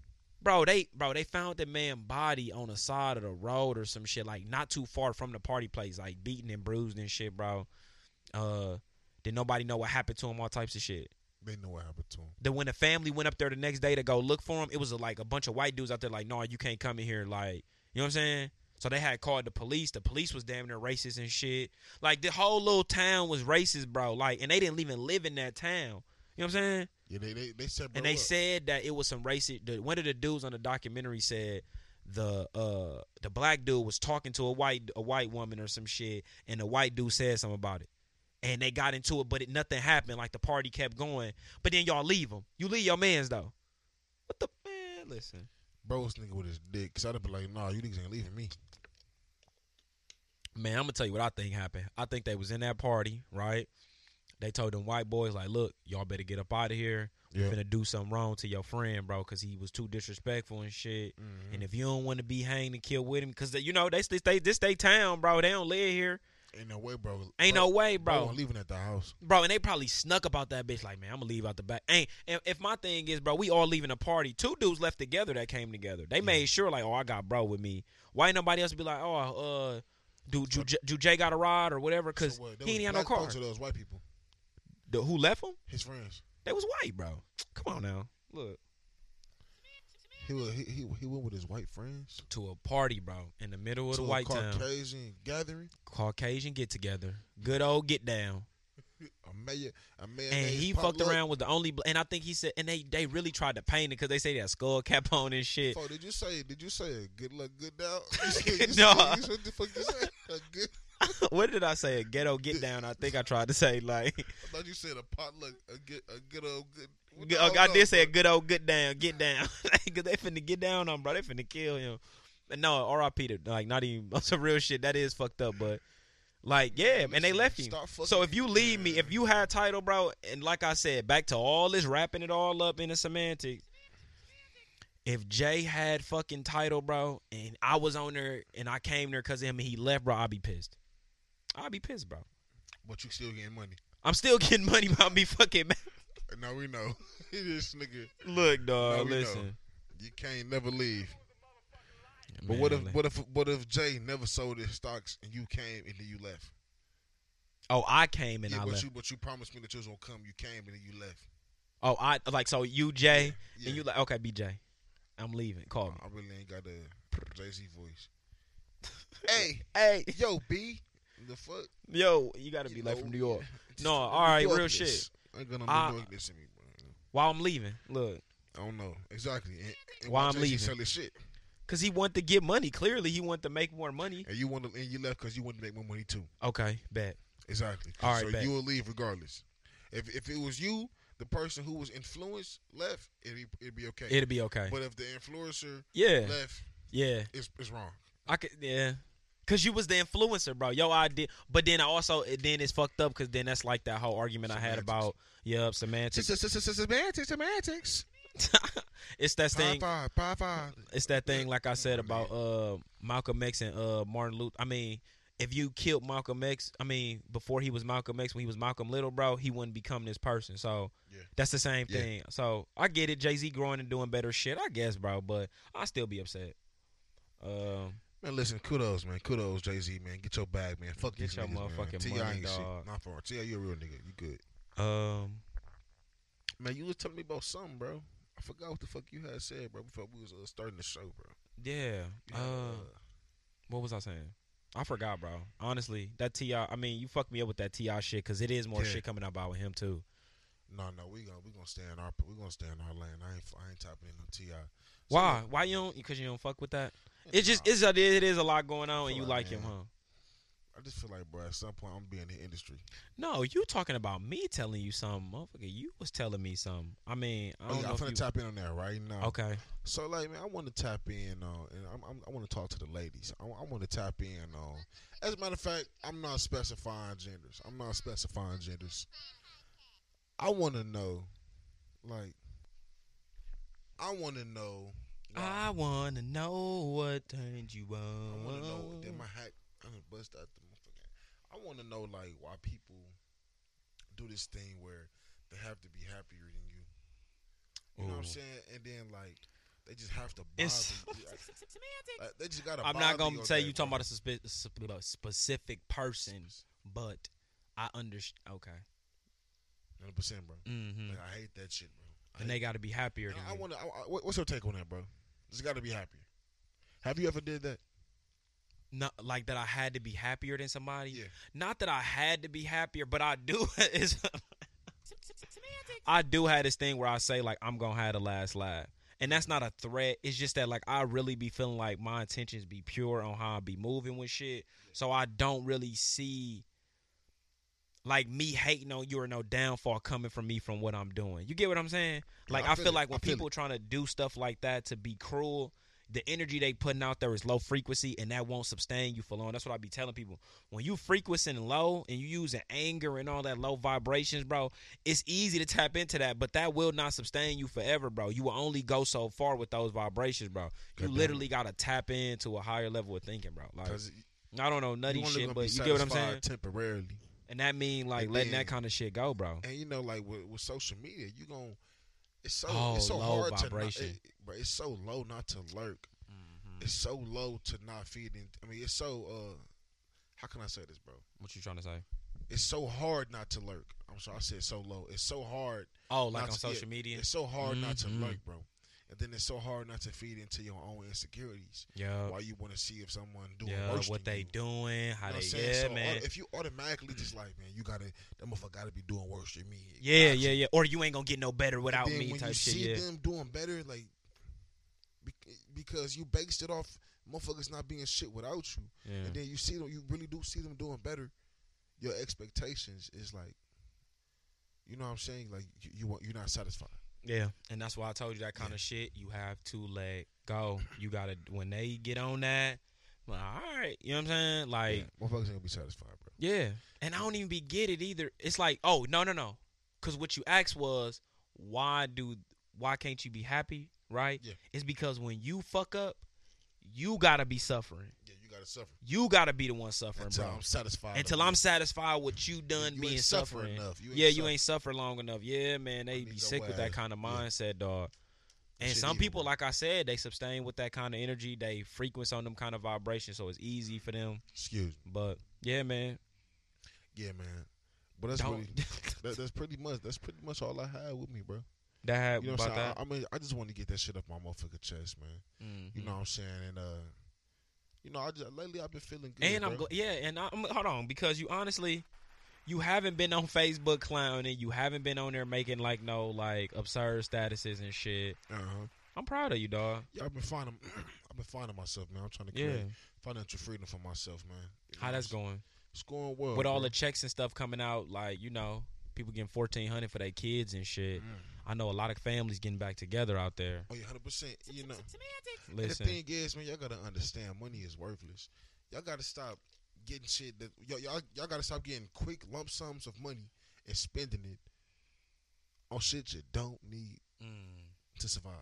Speaker 3: bro. They bro, they found the man body on the side of the road or some shit, like not too far from the party place, like beaten and bruised and shit, bro. Uh, did nobody know what happened to him? All types of shit
Speaker 4: They know what happened to him.
Speaker 3: that when the family went up there the next day to go look for him, it was uh, like a bunch of white dudes out there like, no, you can't come in here. Like, you know what I'm saying? So they had called the police. The police was damn near racist and shit. Like the whole little town was racist, bro. Like, and they didn't even live in that town. You know what I'm saying?
Speaker 4: Yeah, they they, they said.
Speaker 3: and
Speaker 4: bro
Speaker 3: they
Speaker 4: up.
Speaker 3: said that it was some racist. The, one of the dudes on the documentary said the uh the black dude was talking to a white a white woman or some shit, and the white dude said something about it, and they got into it, but it, nothing happened. Like the party kept going, but then y'all leave him. You leave your man's though. What the man? Listen,
Speaker 4: bro, this nigga with his dick. Cause I'd have been like, nah, you niggas ain't leaving me.
Speaker 3: man, I'm gonna tell you what I think happened. I think they was in that party, right? They told them white boys like, look, y'all better get up out of here.
Speaker 4: Yeah.
Speaker 3: Finna do something wrong to your friend, bro, because he was too disrespectful and shit.
Speaker 4: Mhm.
Speaker 3: And if you don't want to be hanged and killed with him, because you know they, they, they this they town, bro. They don't live here.
Speaker 4: Ain't no way, bro.
Speaker 3: Ain't
Speaker 4: bro,
Speaker 3: no way,
Speaker 4: Bro,
Speaker 3: bro.
Speaker 4: I'm leaving at the house.
Speaker 3: Bro, and they probably snuck about that bitch. Like, man, I'm gonna leave out the back. Ain't if, if my thing is, bro, we all leaving a party. Two dudes left together that came together. They made sure, like, oh, I got bro with me. Why ain't nobody else be like, oh, uh, do do, J- do Jay got a rod or whatever? Because
Speaker 4: So what, there
Speaker 3: he
Speaker 4: was
Speaker 3: ain't had
Speaker 4: black
Speaker 3: no car.
Speaker 4: folks or those white people,
Speaker 3: The- who left him?
Speaker 4: his friends.
Speaker 3: They was white, bro. Come on now, look
Speaker 4: He was, he, he he went with his white friends
Speaker 3: to a party, bro, in the middle of
Speaker 4: to
Speaker 3: the white
Speaker 4: a
Speaker 3: town.
Speaker 4: Caucasian gathering.
Speaker 3: Caucasian get together. Good old get down.
Speaker 4: A mayor, a man,
Speaker 3: And
Speaker 4: named
Speaker 3: he
Speaker 4: Pop
Speaker 3: fucked
Speaker 4: Luck.
Speaker 3: around with the only, bl- and I think he said, and they they really tried to paint it because they say that skull cap on and shit.
Speaker 4: Fuck, did you say? Did you say good luck, good down? You said-
Speaker 3: No.
Speaker 4: you said- What the fuck you say? A good,
Speaker 3: what did I say? A ghetto get down. I think I tried to say like,
Speaker 4: I thought you said a potluck, a good, a good old good. what the
Speaker 3: I,
Speaker 4: hell
Speaker 3: uh, I
Speaker 4: no,
Speaker 3: did say a
Speaker 4: bro.
Speaker 3: good old get down, get down, because they finna get down on him, bro. They finna kill him. And no, R.I.P. to like not even on some real shit. That is fucked up, but Like, yeah, and they
Speaker 4: Listen,
Speaker 3: left him.
Speaker 4: stop fucking-
Speaker 3: So if you leave me, if you had title, bro, and like I said, back to all this wrapping it all up in the semantics. If Jay had fucking title, bro, and I was on there and I came there because of him and he left, bro, I'd be pissed. I'd be pissed, bro.
Speaker 4: But you still getting money.
Speaker 3: I'm still getting money, but I'm be fucking mad.
Speaker 4: Now we know this nigga.
Speaker 3: Look, dog,
Speaker 4: No, we know.
Speaker 3: Uh, listen.
Speaker 4: You can't never leave. But what if what if what if Jay never sold his stocks and you came and then you left?
Speaker 3: Oh, I came and
Speaker 4: yeah,
Speaker 3: I
Speaker 4: but
Speaker 3: left.
Speaker 4: you but you promised me that you was gonna come. You came and then you left.
Speaker 3: oh, I like so you Jay
Speaker 4: Yeah.
Speaker 3: and you like okay, BJ, I'm leaving. Call me.
Speaker 4: I really ain't got a Jay Z voice. hey,
Speaker 3: Hey,
Speaker 4: yo, B, the fuck?
Speaker 3: yo, you gotta
Speaker 4: You
Speaker 3: be like
Speaker 4: know.
Speaker 3: from New York. No, all right, real shit.
Speaker 4: I ain't gonna
Speaker 3: I-
Speaker 4: New York this in me, bro.
Speaker 3: While I'm leaving, look,
Speaker 4: I don't know exactly. And, and
Speaker 3: Why
Speaker 4: why
Speaker 3: I'm
Speaker 4: Jay-Z
Speaker 3: leaving.
Speaker 4: Sell his shit,
Speaker 3: cause he wanted to get money. Clearly, he wanted to make more money.
Speaker 4: and you want to, and you left because you wanted to make more money too.
Speaker 3: Okay, bet.
Speaker 4: Exactly.
Speaker 3: All right,
Speaker 4: so
Speaker 3: bet.
Speaker 4: you will leave regardless. If if it was you, the person who was influenced left, it'd be, it'd be okay.
Speaker 3: It'll be okay.
Speaker 4: but if the influencer
Speaker 3: Yeah,
Speaker 4: left,
Speaker 3: yeah.
Speaker 4: it's it's wrong.
Speaker 3: I could, yeah. Cause you was the influencer, bro. Yo, I did, but then I also it- then it's fucked up. Cause then that's like that whole argument I had
Speaker 4: Semantics.
Speaker 3: about yep semantics.
Speaker 4: Semantics, semantics.
Speaker 3: it's that
Speaker 4: Pie
Speaker 3: thing.
Speaker 4: five, pie five.
Speaker 3: It's that thing, like I said
Speaker 4: on, man.
Speaker 3: about uh, Malcolm X and uh, Martin Luther. I mean, if you killed Malcolm X, I mean, before he was Malcolm X, when he was Malcolm Little, bro, he wouldn't become this person. So
Speaker 4: Yeah.
Speaker 3: that's the same
Speaker 4: Yeah.
Speaker 3: thing. So I get it, Jay Z growing and doing better shit, I guess, bro. But I still be upset. Um,
Speaker 4: Man, listen, kudos, man. Kudos, Jay Z, man. Get your bag, man. Fuck
Speaker 3: Get
Speaker 4: these
Speaker 3: your
Speaker 4: niggas, man.
Speaker 3: motherfucking
Speaker 4: T.I.
Speaker 3: money,
Speaker 4: ain't
Speaker 3: dog.
Speaker 4: shit. Not for T.I., you a real nigga. You good.
Speaker 3: um,
Speaker 4: Man, you was telling me about something, bro. I forgot what the fuck you had said, bro, before we was uh, starting the show, bro.
Speaker 3: yeah.
Speaker 4: You had,
Speaker 3: Uh, what was I saying? I forgot, bro. Honestly, that Ti. I mean, you fucked me up with that Ti shit because it is more
Speaker 4: Yeah.
Speaker 3: shit coming out about with him too.
Speaker 4: no, no, we gonna we gonna stay in our we gonna stay in our lane. I ain't I ain't tapping in no Ti. So,
Speaker 3: Why?
Speaker 4: yeah,
Speaker 3: Why you don't? Because you don't fuck with that.
Speaker 4: man,
Speaker 3: It's just
Speaker 4: nah,
Speaker 3: it's a, it is a lot going on, and
Speaker 4: feel
Speaker 3: you
Speaker 4: like,
Speaker 3: like him,
Speaker 4: man.
Speaker 3: huh?
Speaker 4: I just feel like, bro, at some point I'm being in the industry.
Speaker 3: No, you talking about me telling you something, motherfucker. You was telling me something. I mean, I
Speaker 4: Oh,
Speaker 3: don't
Speaker 4: yeah,
Speaker 3: know.
Speaker 4: I'm
Speaker 3: if
Speaker 4: finna
Speaker 3: you-
Speaker 4: tap in on that right now.
Speaker 3: okay,
Speaker 4: So like, man, I want to tap in on, and I'm, I'm, I want to talk to the ladies. I, want to tap in on. As a matter of fact, I'm not specifying genders. I'm not specifying genders. I want to know, like, I want to know.
Speaker 3: I wanna know what turned you
Speaker 4: I
Speaker 3: on.
Speaker 4: want to know.
Speaker 3: Uh-huh.
Speaker 4: Then my hack, I'm gonna bust out the motherfucker. I want to know like why people do this thing where they have to be happier than you. You know what I'm
Speaker 3: Ooh.
Speaker 4: saying? And then like they just have to bother.
Speaker 3: It's-
Speaker 4: you. Like, Like, they just gotta
Speaker 3: I'm
Speaker 4: bother
Speaker 3: not gonna
Speaker 4: your
Speaker 3: tell
Speaker 4: day,
Speaker 3: you talking
Speaker 4: bro.
Speaker 3: about a, suspe- sp- a specific person, but I understand. Okay,
Speaker 4: 100%, bro.
Speaker 3: hmm
Speaker 4: Like, I hate that shit, bro. I
Speaker 3: and they
Speaker 4: hate-
Speaker 3: got to be happier.
Speaker 4: And
Speaker 3: than
Speaker 4: I
Speaker 3: you.
Speaker 4: want to. What's your take on that, bro? Just gotta be happier. Have you ever did that?
Speaker 3: not like that I had to be happier than somebody.
Speaker 4: Yeah.
Speaker 3: Not that I had to be happier, but I do is I do have this thing where I say like I'm gonna have the last laugh. And that's not a threat. It's just that like I really be feeling like my intentions be pure on how I be moving with shit. So I don't really see like me hating on you or no downfall coming from me from what I'm doing. You get what I'm saying?
Speaker 4: Yeah,
Speaker 3: Like
Speaker 4: I
Speaker 3: I
Speaker 4: feel
Speaker 3: feel
Speaker 4: it.
Speaker 3: like when
Speaker 4: I feel
Speaker 3: people trying to do stuff like that to be cruel, the energy they putting out there is low frequency and that won't sustain you for long. That's what I be telling people. When you frequencing low and you using anger and all that low vibrations, bro, it's easy to tap into that, but that will not sustain you forever, bro. You will only go so far with those vibrations, bro. You
Speaker 4: Goddamn.
Speaker 3: literally gotta tap into a higher level of thinking, bro. Like
Speaker 4: Because
Speaker 3: I don't know nutty
Speaker 4: you only
Speaker 3: shit,
Speaker 4: gonna be
Speaker 3: but you get what I'm
Speaker 4: satisfied
Speaker 3: saying?
Speaker 4: Temporarily,
Speaker 3: And that mean like
Speaker 4: And
Speaker 3: letting
Speaker 4: then-
Speaker 3: that kind of shit go, bro.
Speaker 4: and you know, like with, with social media, you gon' it's so
Speaker 3: Oh,
Speaker 4: it's so
Speaker 3: low
Speaker 4: hard to,
Speaker 3: vibration. Mm-hmm.
Speaker 4: not, it, bro. It's so low not to lurk. It's so low to not feed in. I mean, it's so uh, how can I say this, bro?
Speaker 3: What you trying to say?
Speaker 4: It's so hard not to lurk. I'm sorry, I said so low. It's so hard
Speaker 3: Oh,
Speaker 4: not
Speaker 3: like on
Speaker 4: to- yeah,
Speaker 3: social media?
Speaker 4: It's so hard not to
Speaker 3: Mhm.
Speaker 4: like, bro. And then it's so hard not to feed into your own insecurities.
Speaker 3: Yeah.
Speaker 4: Why you want to see if someone doing
Speaker 3: Uh, Yeah,
Speaker 4: worse
Speaker 3: what
Speaker 4: than
Speaker 3: they
Speaker 4: you.
Speaker 3: doing,
Speaker 4: You
Speaker 3: how
Speaker 4: know what
Speaker 3: they
Speaker 4: I'm saying?
Speaker 3: yeah,
Speaker 4: so au-
Speaker 3: man.
Speaker 4: If you automatically just like, man, you gotta that motherfucker gotta be doing worse than me.
Speaker 3: Yeah,
Speaker 4: Gotcha.
Speaker 3: yeah, yeah. Or you ain't gonna get no better
Speaker 4: And
Speaker 3: without
Speaker 4: then
Speaker 3: me
Speaker 4: when
Speaker 3: type
Speaker 4: you
Speaker 3: shit.
Speaker 4: see
Speaker 3: Yeah.
Speaker 4: them doing better, like bec- because you based it off motherfuckers not being shit without you,
Speaker 3: yeah.
Speaker 4: and then you see them, you really do see them doing better. Your expectations is like, you know what I'm saying? Like you, you want you're not satisfied.
Speaker 3: Yeah. And that's why I told you that kind of shit. You have to let go. You gotta when they get on that. Like, all right, you know what I'm saying? Like,
Speaker 4: yeah, motherfuckers ain't gonna be satisfied, bro.
Speaker 3: Yeah. And I don't even be get it either. It's like, oh no, no, no. Cause what you asked was why do why can't you be happy? Right?
Speaker 4: Yeah.
Speaker 3: It's because when you fuck up, you gotta be suffering.
Speaker 4: Yeah, you gotta suffer
Speaker 3: You gotta be the one suffering,
Speaker 4: until
Speaker 3: bro.
Speaker 4: I'm satisfied.
Speaker 3: Until
Speaker 4: of
Speaker 3: I'm
Speaker 4: it.
Speaker 3: satisfied with you done
Speaker 4: You
Speaker 3: being
Speaker 4: ain't suffer
Speaker 3: suffering.
Speaker 4: enough. You ain't
Speaker 3: yeah, you
Speaker 4: suffer.
Speaker 3: ain't suffer long enough. Yeah, man, they
Speaker 4: need
Speaker 3: be
Speaker 4: your
Speaker 3: sick with that
Speaker 4: ass.
Speaker 3: kind of
Speaker 4: Yeah.
Speaker 3: mindset, dog. And
Speaker 4: shit
Speaker 3: some
Speaker 4: evil,
Speaker 3: people,
Speaker 4: bro.
Speaker 3: like I said, they sustain with that kind of energy. They frequency on them kind of vibrations, so it's easy for them.
Speaker 4: Excuse me.
Speaker 3: But yeah, man,
Speaker 4: Yeah, man. But that's
Speaker 3: don't
Speaker 4: really, that, that's pretty much that's pretty much all I had with me, bro.
Speaker 3: that
Speaker 4: You know what I'm
Speaker 3: about
Speaker 4: saying?
Speaker 3: that.
Speaker 4: I, I mean, I just want to get that shit up my motherfucking chest, man.
Speaker 3: Mhm.
Speaker 4: You know what I'm saying? And uh, you know, I just lately I've been feeling good.
Speaker 3: and I'm
Speaker 4: bro.
Speaker 3: gl- yeah, and I'm hold on because you honestly, you haven't been on Facebook clowning. You haven't been on there making like no like absurd statuses and shit.
Speaker 4: Uh-huh.
Speaker 3: I'm proud of you, dog.
Speaker 4: Yeah, I've been finding, I've been finding myself, man. I'm trying to
Speaker 3: Yeah,
Speaker 4: create financial freedom for myself, man. You
Speaker 3: how
Speaker 4: know,
Speaker 3: that's
Speaker 4: it's-
Speaker 3: going.
Speaker 4: It's going well.
Speaker 3: with all
Speaker 4: bro.
Speaker 3: the checks and stuff coming out, like you know, people getting fourteen hundred for their kids and shit.
Speaker 4: Mm.
Speaker 3: I know a lot of families getting back together out there.
Speaker 4: Oh, yeah, hundred percent. You know, And
Speaker 3: Listen,
Speaker 4: the thing is, man, y'all gotta understand, money is worthless. Y'all gotta stop getting shit that y'all y'all, y'all gotta stop getting quick lump sums of money and spending it on shit you don't need
Speaker 3: Mm.
Speaker 4: to survive.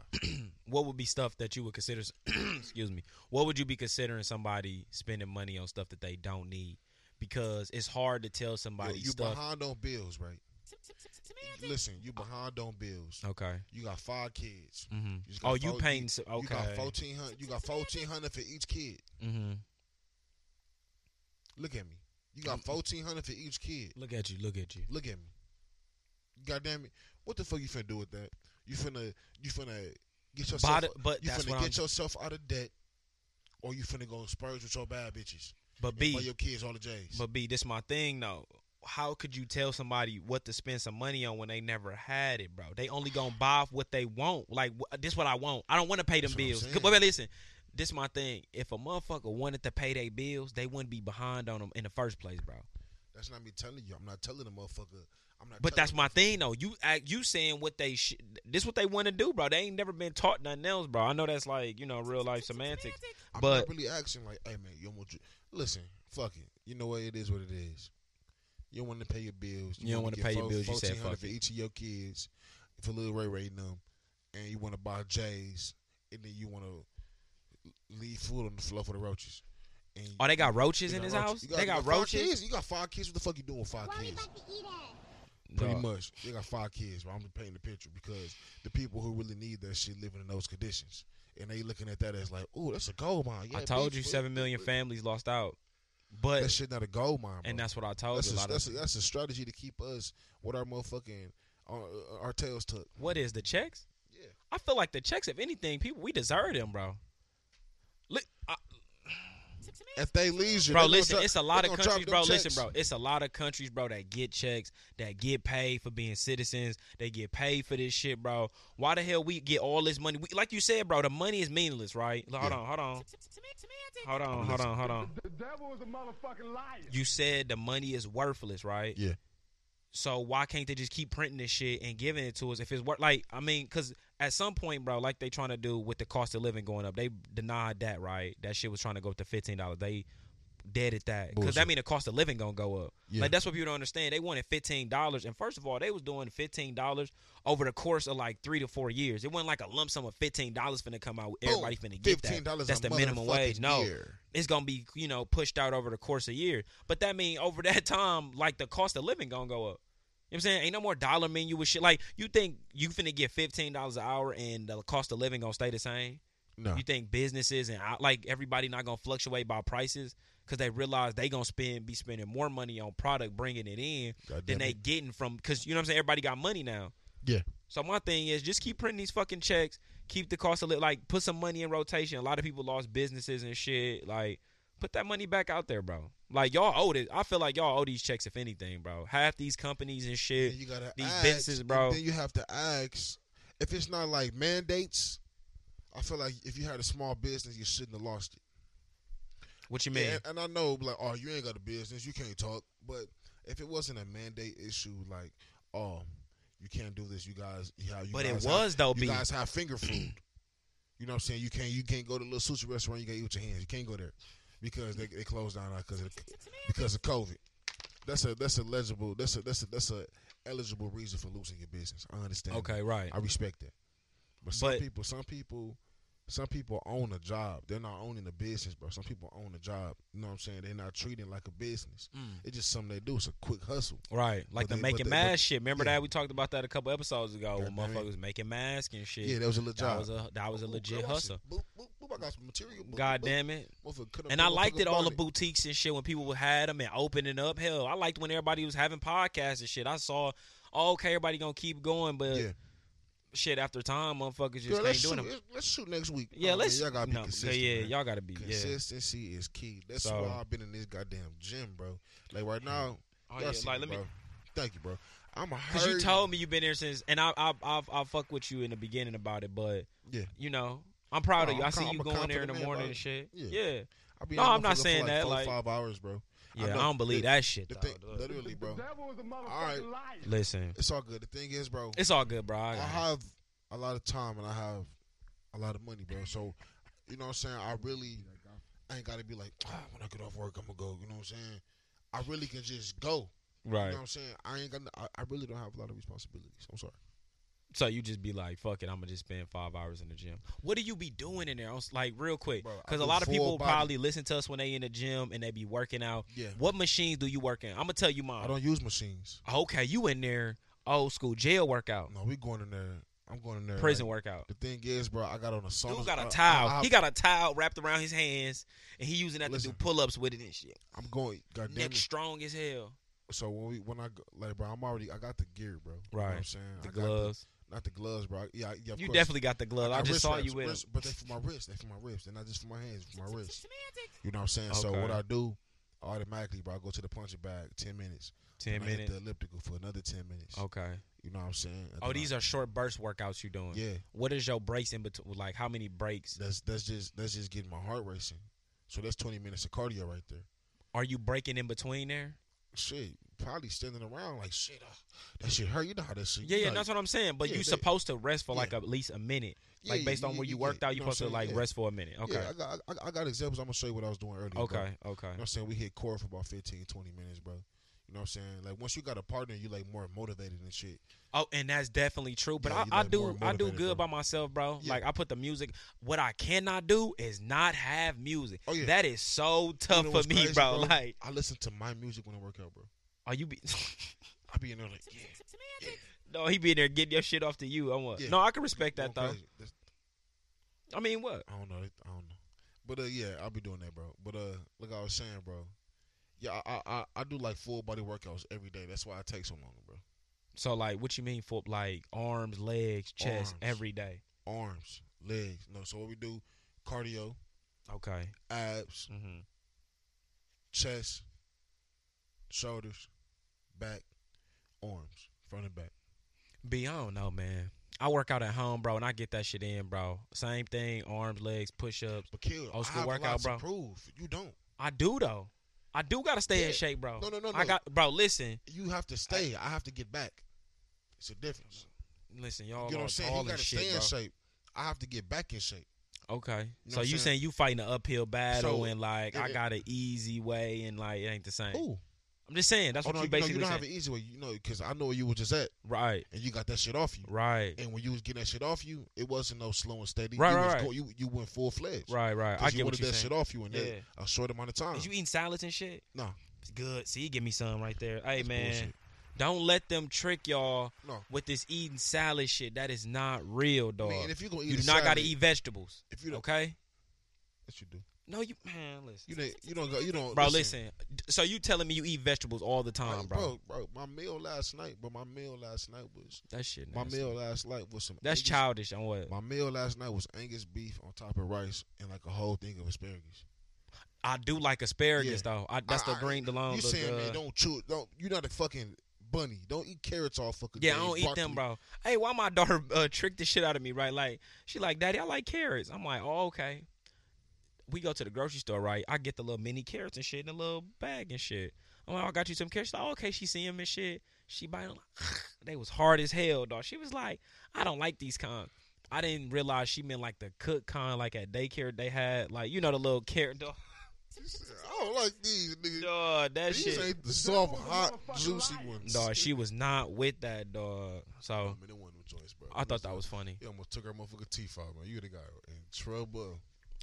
Speaker 3: what would be stuff that you would consider? excuse me. What would you be considering somebody spending money on stuff that they don't need? Because it's hard to tell
Speaker 4: Yo,
Speaker 3: somebody
Speaker 4: you
Speaker 3: stuff.
Speaker 4: behind on bills, right? Listen, you behind on bills.
Speaker 3: Okay.
Speaker 4: You got five kids.
Speaker 3: hmm
Speaker 4: You just got
Speaker 3: Oh, you
Speaker 4: four-
Speaker 3: paying? so-
Speaker 4: You
Speaker 3: Okay.
Speaker 4: got fourteen hundred. You got fourteen hundred for each kid.
Speaker 3: hmm
Speaker 4: Look at me. You
Speaker 3: Mm.
Speaker 4: got fourteen hundred for each kid.
Speaker 3: Look at you. Look at you.
Speaker 4: Look at me. God damn it. What the fuck you finna do with that? You finna you finna get yourself
Speaker 3: But, but
Speaker 4: you
Speaker 3: that's
Speaker 4: finna
Speaker 3: what
Speaker 4: get
Speaker 3: I'm.
Speaker 4: yourself out of debt or you finna go spurge with your bad bitches.
Speaker 3: but
Speaker 4: Be.
Speaker 3: B.
Speaker 4: your kids all the J's.
Speaker 3: But B, this my thing though. How could you tell somebody what to spend some money on when they never had it, bro? They only gonna buy what they want. Like wh- this, what I want. I don't want to pay them
Speaker 4: That's what I'm
Speaker 3: bills.
Speaker 4: saying.
Speaker 3: But, but listen, this my thing. If a motherfucker wanted to pay their bills, they wouldn't be behind on them in the first place, bro.
Speaker 4: that's not me telling you. I'm not telling the motherfucker. I'm not
Speaker 3: But
Speaker 4: telling
Speaker 3: that's my thing though. You act, you saying what they sh- this what they want to do, bro. They ain't never been taught nothing else, bro. I know that's like you know real life semantics.
Speaker 4: I'm
Speaker 3: but-
Speaker 4: not really asking like, hey man, you almost listen, fuck it. You know what it is what it is. You don't want to pay your bills.
Speaker 3: You don't
Speaker 4: wanna
Speaker 3: wanna
Speaker 4: get
Speaker 3: pay your
Speaker 4: fo-
Speaker 3: bills, you said
Speaker 4: 1400
Speaker 3: fuck
Speaker 4: for each of your kids, for little Ray Ray and them, and you want to buy J's, and then you want to leave food on the floor for the roaches. And
Speaker 3: Oh, they got
Speaker 4: you
Speaker 3: roaches
Speaker 4: got
Speaker 3: in his
Speaker 4: roaches.
Speaker 3: house.
Speaker 4: You
Speaker 3: they got
Speaker 4: you five
Speaker 3: roaches.
Speaker 4: kids? You got five kids. What the fuck you doing with five kids? Pretty
Speaker 3: Dog.
Speaker 4: much, they got five kids. But I'm just painting the picture because the people who really need that shit living in those conditions, and they looking at that as like, oh, that's a gold mine. Yeah,
Speaker 3: I told
Speaker 4: bitch,
Speaker 3: you
Speaker 4: but-
Speaker 3: seven million families lost out.
Speaker 4: That
Speaker 3: But
Speaker 4: shit not a gold mine, bro.
Speaker 3: and that's what I told
Speaker 4: that's
Speaker 3: you.
Speaker 4: a,
Speaker 3: A lot of
Speaker 4: that's, a, that's a strategy to keep us with our motherfucking our, our tails tucked.
Speaker 3: What is the checks?
Speaker 4: Yeah.
Speaker 3: I feel like the checks, if anything, people we deserve them, bro. Look, I,
Speaker 4: If they leisure,
Speaker 3: bro,
Speaker 4: they gonna
Speaker 3: listen,
Speaker 4: dro-
Speaker 3: it's a lot
Speaker 4: they
Speaker 3: of
Speaker 4: gonna
Speaker 3: countries,
Speaker 4: drop
Speaker 3: bro.
Speaker 4: them
Speaker 3: Listen,
Speaker 4: checks.
Speaker 3: bro, it's a lot of countries, bro, that get checks, that get paid for being citizens, they get paid for this shit, bro. Why the hell we get all this money? We, like you said, bro, the money is meaningless, right? Like, Hold
Speaker 4: Yeah.
Speaker 3: on, hold on, hold on, hold on, hold on.
Speaker 5: The devil is a motherfucking liar.
Speaker 3: You said the money is worthless, right?
Speaker 4: Yeah.
Speaker 3: So why can't they just keep printing this shit and giving it to us if it's worth? Like I mean, because at some point, bro, like they trying to do with the cost of living going up, they denied that, right? That shit was trying to go up to fifteen dollars. They deaded that because that
Speaker 4: Bullshit.
Speaker 3: mean the cost of living gonna go up.
Speaker 4: Yeah.
Speaker 3: Like that's what people don't understand. They wanted fifteen dollars, and first of all, they was doing fifteen dollars over the course of like three to four years. It wasn't like a lump sum of fifteen dollars finna come out. Everybody
Speaker 4: Boom.
Speaker 3: finna get that.
Speaker 4: $15
Speaker 3: That's
Speaker 4: a
Speaker 3: the minimum wage.
Speaker 4: motherfucking
Speaker 3: No,
Speaker 4: year.
Speaker 3: it's gonna be you know pushed out over the course of year. But that mean over that time, like the cost of living gonna go up. You know what I'm saying? Ain't no more dollar menu with shit. Like you think you finna get fifteen dollars an hour and the cost of living gonna stay the same?
Speaker 4: No,
Speaker 3: You think businesses and out- like everybody not gonna fluctuate by prices because they realize they gonna spend be spending more money on product bringing it in
Speaker 4: God damn
Speaker 3: than they
Speaker 4: it.
Speaker 3: getting from because you know what I'm saying. Everybody got money now.
Speaker 4: Yeah.
Speaker 3: So my thing is just keep printing these fucking checks. Keep the cost of li- like put some money in rotation. A lot of people lost businesses and shit. Like put that money back out there, bro. Like y'all owe it. I feel like y'all owe these checks if anything, bro. Half these companies and shit.
Speaker 4: Then you gotta
Speaker 3: these
Speaker 4: ask,
Speaker 3: businesses,
Speaker 4: and
Speaker 3: bro.
Speaker 4: Then you have to ask if it's not like mandates. I feel like if you had a small business, you shouldn't have lost it.
Speaker 3: What you mean?
Speaker 4: Yeah, and, and I know, like, oh, you ain't got a business, you can't talk. But if it wasn't a mandate issue, like, oh, you can't do this, you guys, yeah, you
Speaker 3: But it
Speaker 4: guys
Speaker 3: was,
Speaker 4: have,
Speaker 3: though,
Speaker 4: You
Speaker 3: B.
Speaker 4: guys have finger food. you know what I'm saying? You can't, you can't go to a little sushi restaurant. You can't eat with your hands. You can't go there because they, they closed down because of, because of COVID. that's a that's a legible that's a that's a that's a eligible reason for losing your business. I understand. that.
Speaker 3: Okay, right.
Speaker 4: I respect that. But some
Speaker 3: But-
Speaker 4: people, some people, some people own a job. They're not owning a business, bro. Some people own a job. You know what I'm saying? They're not treating it like a business.
Speaker 3: Mm.
Speaker 4: It's just something they do. It's a quick hustle.
Speaker 3: Right,
Speaker 4: But
Speaker 3: like the
Speaker 4: they-
Speaker 3: making
Speaker 4: but they-
Speaker 3: mask
Speaker 4: but-
Speaker 3: shit. Remember
Speaker 4: yeah.
Speaker 3: that we talked about that a couple episodes ago when
Speaker 4: Goddamn it.
Speaker 3: motherfuckers making mask and shit.
Speaker 4: Yeah, that was a legit
Speaker 3: that
Speaker 4: job.
Speaker 3: was a that was a
Speaker 4: Ooh,
Speaker 3: legit
Speaker 4: girl, I said,
Speaker 3: hustle.
Speaker 4: Boop, boop, boop, I got some material. Boop,
Speaker 3: God
Speaker 4: boop,
Speaker 3: damn it!
Speaker 4: boop. Motherfucker cut up
Speaker 3: And I
Speaker 4: the
Speaker 3: liked it
Speaker 4: motherfucking
Speaker 3: all the
Speaker 4: bonnet.
Speaker 3: boutiques and shit when people had them and opening up. Hell, I liked when everybody was having podcasts and shit. I saw, oh, okay, everybody gonna keep going, but
Speaker 4: Yeah.
Speaker 3: shit after time, motherfuckers just
Speaker 4: Girl, let's
Speaker 3: ain't
Speaker 4: shoot.
Speaker 3: doing it.
Speaker 4: Let's- Let's shoot next week.
Speaker 3: Yeah,
Speaker 4: Nah, man,
Speaker 3: let's.
Speaker 4: Y'all gotta be
Speaker 3: no,
Speaker 4: consistent.
Speaker 3: Yeah,
Speaker 4: man.
Speaker 3: y'all gotta be. Yeah.
Speaker 4: Consistency is key. That's
Speaker 3: So-
Speaker 4: why I've been in this goddamn gym, bro. Like right now,
Speaker 3: Oh,
Speaker 4: y'all
Speaker 3: yeah,
Speaker 4: see me,
Speaker 3: like, let me-
Speaker 4: bro. Thank you, bro. I'm a
Speaker 3: Cause you
Speaker 4: hurry.
Speaker 3: told me you've been there since, and I I I, I fuck with you in the beginning about it, but
Speaker 4: Yeah.
Speaker 3: you know I'm proud
Speaker 4: No,
Speaker 3: of you.
Speaker 4: I'm
Speaker 3: I see
Speaker 4: com-
Speaker 3: you
Speaker 4: I'm a
Speaker 3: going there in the
Speaker 4: confident man
Speaker 3: morning
Speaker 4: about
Speaker 3: and shit.
Speaker 4: Yeah.
Speaker 3: yeah.
Speaker 4: I be
Speaker 3: No,
Speaker 4: in that
Speaker 3: I'm not
Speaker 4: motherfucker for
Speaker 3: saying that,
Speaker 4: Four,
Speaker 3: like-
Speaker 4: five hours, bro.
Speaker 3: Yeah, I,
Speaker 4: know.
Speaker 3: don't believe
Speaker 4: The-
Speaker 3: that shit.
Speaker 4: The
Speaker 3: though.
Speaker 4: thing,
Speaker 3: Look.
Speaker 4: literally, bro.
Speaker 5: The devil is a motherfucking
Speaker 4: Alright.
Speaker 5: liar.
Speaker 3: Listen,
Speaker 4: It's all good. The thing is, bro.
Speaker 3: it's all good, bro.
Speaker 4: I
Speaker 3: I got it.
Speaker 4: have a lot of time and I have a lot of money, bro. So, you know what I'm saying? I really I ain't got to be like, ah, when I get off work, I'm going to go. You know what I'm saying? I really can just go. You
Speaker 3: right.
Speaker 4: know what I'm saying? I ain't got. I, I really don't have a lot of responsibilities. I'm sorry.
Speaker 3: So you just be like, fuck it, I'm gonna just spend five hours in the gym. What do you be doing in there? I was like, real quick,
Speaker 4: Bro, I
Speaker 3: because a
Speaker 4: do
Speaker 3: lot of
Speaker 4: full
Speaker 3: people
Speaker 4: body.
Speaker 3: probably listen to us when they in the gym and they be working out.
Speaker 4: Yeah.
Speaker 3: What machines do you work in? I'm gonna tell you mine.
Speaker 4: I don't use machines.
Speaker 3: okay, you in there old school jail workout,
Speaker 4: No, we going in there. I'm going in there.
Speaker 3: prison
Speaker 4: like-
Speaker 3: workout.
Speaker 4: the thing is, bro, I got on a sauna.
Speaker 3: Dude got
Speaker 4: I-
Speaker 3: a
Speaker 4: I-
Speaker 3: towel.
Speaker 4: I-
Speaker 3: he got a towel wrapped around his hands, and he using that
Speaker 4: Listen.
Speaker 3: to do pull ups with it and shit.
Speaker 4: I'm going. God damn
Speaker 3: Neck
Speaker 4: it.
Speaker 3: strong as hell.
Speaker 4: So when we when I go, like, bro, I'm already. I got the gear, bro. You know what
Speaker 3: Right.
Speaker 4: I'm saying
Speaker 3: The
Speaker 4: I got
Speaker 3: gloves.
Speaker 4: not the gloves, bro. Yeah, I- yeah. Of
Speaker 3: you
Speaker 4: course.
Speaker 3: definitely got the glove. I,
Speaker 4: got
Speaker 3: just
Speaker 4: wrist
Speaker 3: saw
Speaker 4: wraps,
Speaker 3: you with
Speaker 4: wrist,
Speaker 3: him.
Speaker 4: but they for my wrist. They for my wrist, and not just for my hands, for my wrist. You know what I'm saying? So
Speaker 3: Okay.
Speaker 4: what I do automatically, bro, I go to the punching bag ten minutes.
Speaker 3: Ten
Speaker 4: Then I hit
Speaker 3: minutes.
Speaker 4: the elliptical for another ten minutes.
Speaker 3: Okay.
Speaker 4: You know what I'm saying? And
Speaker 3: Oh,
Speaker 4: then I-
Speaker 3: these are short burst workouts you doing.
Speaker 4: yeah.
Speaker 3: What is your breaks in between? Like how many breaks
Speaker 4: That's that's just that's just getting my heart racing. So that's twenty minutes of cardio right there.
Speaker 3: are you breaking in between there?
Speaker 4: Shit, probably standing around like shit. Uh, that shit hurt. You know how that shit.
Speaker 3: Yeah,
Speaker 4: you
Speaker 3: yeah,
Speaker 4: know-
Speaker 3: that's what I'm saying. But
Speaker 4: yeah,
Speaker 3: you
Speaker 4: they-
Speaker 3: supposed to rest for like
Speaker 4: yeah.
Speaker 3: at least a minute.
Speaker 4: yeah,
Speaker 3: like based
Speaker 4: yeah,
Speaker 3: on where
Speaker 4: yeah,
Speaker 3: you
Speaker 4: yeah,
Speaker 3: worked out,
Speaker 4: you
Speaker 3: you're
Speaker 4: know what
Speaker 3: supposed to
Speaker 4: I'm
Speaker 3: like
Speaker 4: saying?
Speaker 3: rest for a minute.
Speaker 4: Yeah.
Speaker 3: Okay.
Speaker 4: Yeah, I got I, I got examples. I'm gonna show you what I was doing earlier. bro.
Speaker 3: okay. Okay.
Speaker 4: You know what I'm saying? We hit core for about 15, 20 minutes, bro. You know what I'm saying? Like once you got a partner, you like more motivated and shit.
Speaker 3: Oh, and that's definitely true. But
Speaker 4: Yeah,
Speaker 3: I, I
Speaker 4: you like more
Speaker 3: do I do
Speaker 4: motivated,
Speaker 3: good
Speaker 4: bro.
Speaker 3: by myself, bro.
Speaker 4: Yeah.
Speaker 3: Like I put the music. What I cannot do is not have music.
Speaker 4: Oh, yeah.
Speaker 3: That is so
Speaker 4: You
Speaker 3: tough
Speaker 4: know
Speaker 3: for
Speaker 4: what's
Speaker 3: me,
Speaker 4: crazy,
Speaker 3: bro. Like
Speaker 4: I listen to my music when I work out, bro.
Speaker 3: are you be
Speaker 4: I be in there like, yeah,
Speaker 3: No, he be in there getting your shit off to you. I'm like,
Speaker 4: Yeah.
Speaker 3: No, I can respect
Speaker 4: going
Speaker 3: that though.
Speaker 4: crazy. That's-
Speaker 3: I mean what?
Speaker 4: I don't know. I don't know. But uh, yeah, I'll be doing that, bro. But uh, like I was saying, bro. Yeah, I, I I- I do like full body workouts every day. That's why I take so long, bro.
Speaker 3: So like what you mean for like arms, legs,
Speaker 4: Arms.
Speaker 3: chest, every day.
Speaker 4: Arms, legs. No, so what we do? Cardio,
Speaker 3: Okay.
Speaker 4: abs,
Speaker 3: Mm-hmm.
Speaker 4: chest, shoulders, back, arms, front and back.
Speaker 3: B, I don't know, man. I work out at home, bro, and I get that shit in, bro. Same thing, arms, legs, push ups.
Speaker 4: But kill.
Speaker 3: Oh, it's
Speaker 4: I
Speaker 3: good
Speaker 4: have a
Speaker 3: workout,
Speaker 4: lot
Speaker 3: bro.
Speaker 4: To prove you don't.
Speaker 3: I do though. I do gotta stay in
Speaker 4: Yeah.
Speaker 3: shape, bro.
Speaker 4: No, no, no,
Speaker 3: I
Speaker 4: no.
Speaker 3: got bro, listen.
Speaker 4: You have to stay. I, have to get back. It's a difference.
Speaker 3: Listen, y'all
Speaker 4: you know what
Speaker 3: are
Speaker 4: I'm saying?
Speaker 3: tall
Speaker 4: You gotta
Speaker 3: as shit,
Speaker 4: stay in
Speaker 3: bro.
Speaker 4: shape. I have to get back in shape.
Speaker 3: Okay.
Speaker 4: You know
Speaker 3: so
Speaker 4: what I'm
Speaker 3: you
Speaker 4: saying?
Speaker 3: saying you fighting an uphill battle
Speaker 4: So,
Speaker 3: and like
Speaker 4: it-
Speaker 3: I
Speaker 4: it-
Speaker 3: got an easy way and like it ain't the same.
Speaker 4: Ooh.
Speaker 3: I'm just saying, that's
Speaker 4: Oh,
Speaker 3: what
Speaker 4: no,
Speaker 3: you
Speaker 4: you, know, you
Speaker 3: basically
Speaker 4: don't have
Speaker 3: saying.
Speaker 4: it easy way, you know, because I know where you was just at,
Speaker 3: Right,
Speaker 4: and you got that shit off you.
Speaker 3: right,
Speaker 4: And when you was getting that shit off you, it wasn't no slow and steady.
Speaker 3: Right,
Speaker 4: you,
Speaker 3: right,
Speaker 4: was
Speaker 3: right.
Speaker 4: go- you you went full fledged.
Speaker 3: right, right. I
Speaker 4: you wanted
Speaker 3: get what you're
Speaker 4: that
Speaker 3: saying.
Speaker 4: shit off you in that
Speaker 3: Yeah.
Speaker 4: a short amount of time.
Speaker 3: Is you eating salads and shit?
Speaker 4: No.
Speaker 3: It's good. See, give me some right there. Hey
Speaker 4: That's
Speaker 3: man,
Speaker 4: bullshit.
Speaker 3: don't let them trick y'all
Speaker 4: No.
Speaker 3: with this eating salad shit. That is not real,
Speaker 4: I
Speaker 3: dog.
Speaker 4: mean, if you gonna eat
Speaker 3: you
Speaker 4: a
Speaker 3: do not got to
Speaker 4: salad,
Speaker 3: eat vegetables.
Speaker 4: If you don't,
Speaker 3: Okay?
Speaker 4: yes, you do.
Speaker 3: No, you man, listen.
Speaker 4: You don't. You don't. Go, you don't.
Speaker 3: bro, listen. D- So you telling me you eat vegetables all the time,
Speaker 4: Like,
Speaker 3: bro.
Speaker 4: bro, bro, my meal last night, but my meal last night was
Speaker 3: That shit.
Speaker 4: my
Speaker 3: nasty.
Speaker 4: meal last night was some.
Speaker 3: That's
Speaker 4: Angus-
Speaker 3: childish. On what?
Speaker 4: My meal last night was Angus beef on top of rice and like a whole thing of asparagus.
Speaker 3: I do like asparagus
Speaker 4: Yeah.
Speaker 3: though. I, that's
Speaker 4: I-
Speaker 3: the green, the long. uh,
Speaker 4: you
Speaker 3: the-
Speaker 4: saying,
Speaker 3: the-
Speaker 4: man, don't chew, don't. You're not a fucking bunny. Don't eat carrots all fucking.
Speaker 3: yeah,
Speaker 4: day,
Speaker 3: I don't eat them,
Speaker 4: broccoli.
Speaker 3: bro. Hey, why my daughter uh, tricked the shit out of me, right? Like she like, Daddy, I like carrots. I'm like, oh okay. We go to the grocery store, right? I get the little mini carrots and shit in a little bag and shit. I'm like, oh, I got you some carrots. She's like, oh, okay, she see them and shit. She bite 'em, like, they was hard as hell, dog. She was like, I don't like these kind. I didn't realize she meant like the cook kind, like at daycare they had, like you know the little carrot dog.
Speaker 4: She said, I don't like these niggas.
Speaker 3: Dog, that
Speaker 4: These
Speaker 3: shit.
Speaker 4: ain't the soft,
Speaker 5: Devil,
Speaker 4: hot,
Speaker 5: motherfucking
Speaker 4: juicy
Speaker 5: liar.
Speaker 4: ones.
Speaker 3: Dog, she was not with that dog. So
Speaker 4: Man, it wasn't no choice, bro.
Speaker 3: I thought that was funny.
Speaker 4: He almost took her motherfucking teeth out, man. You would have got in trouble.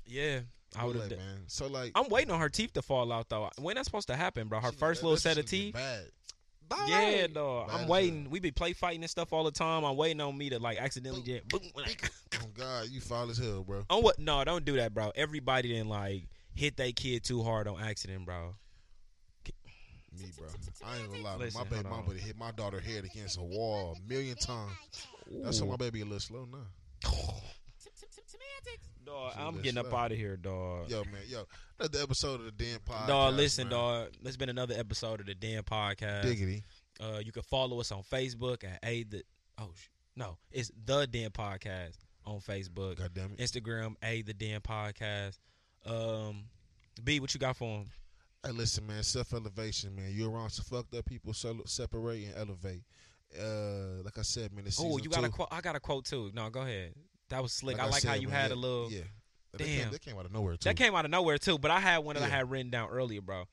Speaker 3: Yeah, I would have.
Speaker 4: like, man. So like,
Speaker 3: I'm waiting on her teeth to fall out though. When that's supposed to happen, bro? Her
Speaker 4: shit,
Speaker 3: first
Speaker 4: that-
Speaker 3: little
Speaker 4: that
Speaker 3: set
Speaker 4: shit
Speaker 3: of
Speaker 4: get
Speaker 3: teeth.
Speaker 4: Bad.
Speaker 3: Yeah, dog.
Speaker 4: Bad
Speaker 3: I'm
Speaker 4: as
Speaker 3: waiting. We be play fighting and stuff all the time. I'm waiting on me to like accidentally get. boom, like-
Speaker 4: Oh God, you foul as hell, bro.
Speaker 3: On what? No, don't do that, bro. Everybody didn't like hit that kid too hard on accident, bro.
Speaker 4: Me, bro. I ain't gonna lie.
Speaker 3: Listen,
Speaker 4: my baby
Speaker 3: hold
Speaker 4: mama
Speaker 3: on.
Speaker 4: would hit my daughter head against a wall a million times. That's why my baby a little slow now.
Speaker 3: Dog,
Speaker 4: Shit,
Speaker 3: I'm
Speaker 4: that's
Speaker 3: getting up
Speaker 4: right.
Speaker 3: out of here, dog.
Speaker 4: Yo, man, yo, that's the episode of the damn podcast.
Speaker 3: Dog, listen,
Speaker 4: man.
Speaker 3: dog. It's been another episode of the Damn Podcast.
Speaker 4: Diggity.
Speaker 3: Uh, you can follow us on Facebook at a the oh sh- no, it's the Den Podcast on Facebook,
Speaker 4: God damn it.
Speaker 3: Instagram a the Den Podcast. Um, B, what you got for him?
Speaker 4: Hey, listen, man. Self elevation, man. You're around some fucked up people. So separate and elevate. Uh, like I said, man. It's
Speaker 3: Oh,
Speaker 4: season
Speaker 3: you got a
Speaker 4: two.
Speaker 3: quote. I got a quote too. No, go ahead. That was slick. I like how
Speaker 4: said,
Speaker 3: you
Speaker 4: man,
Speaker 3: had
Speaker 4: yeah,
Speaker 3: a little.
Speaker 4: Yeah. That came-
Speaker 3: Damn.
Speaker 4: That came out of nowhere too.
Speaker 3: That came out of nowhere too, but I had one that I
Speaker 4: Yeah.
Speaker 3: had written down earlier, bro.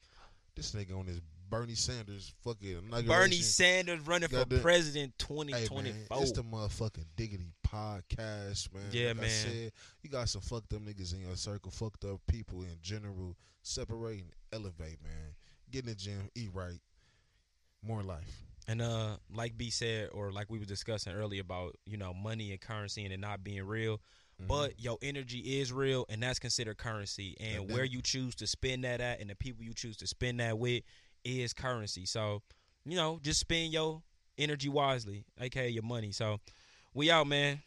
Speaker 4: This nigga on his Bernie Sanders fucking inauguration.
Speaker 3: Bernie Sanders running for
Speaker 4: Goddamn.
Speaker 3: president
Speaker 4: Hey, man,
Speaker 3: 2024.
Speaker 4: it's the motherfucking Diggity podcast, man.
Speaker 3: Yeah,
Speaker 4: Like I
Speaker 3: man.
Speaker 4: said, you got some fucked up niggas in your circle, fucked up people in general. Separate and elevate, man. Get in the gym, eat right, more life.
Speaker 3: And uh, like B said, or like we were discussing earlier about you know money and currency and it not being real,
Speaker 4: Mm-hmm.
Speaker 3: but your energy is real and that's considered currency. And
Speaker 4: Goddamn
Speaker 3: where
Speaker 4: it.
Speaker 3: you choose to spend that at and the people you choose to spend that with is currency. So you know, just spend your energy wisely, aka your money. So we out, man.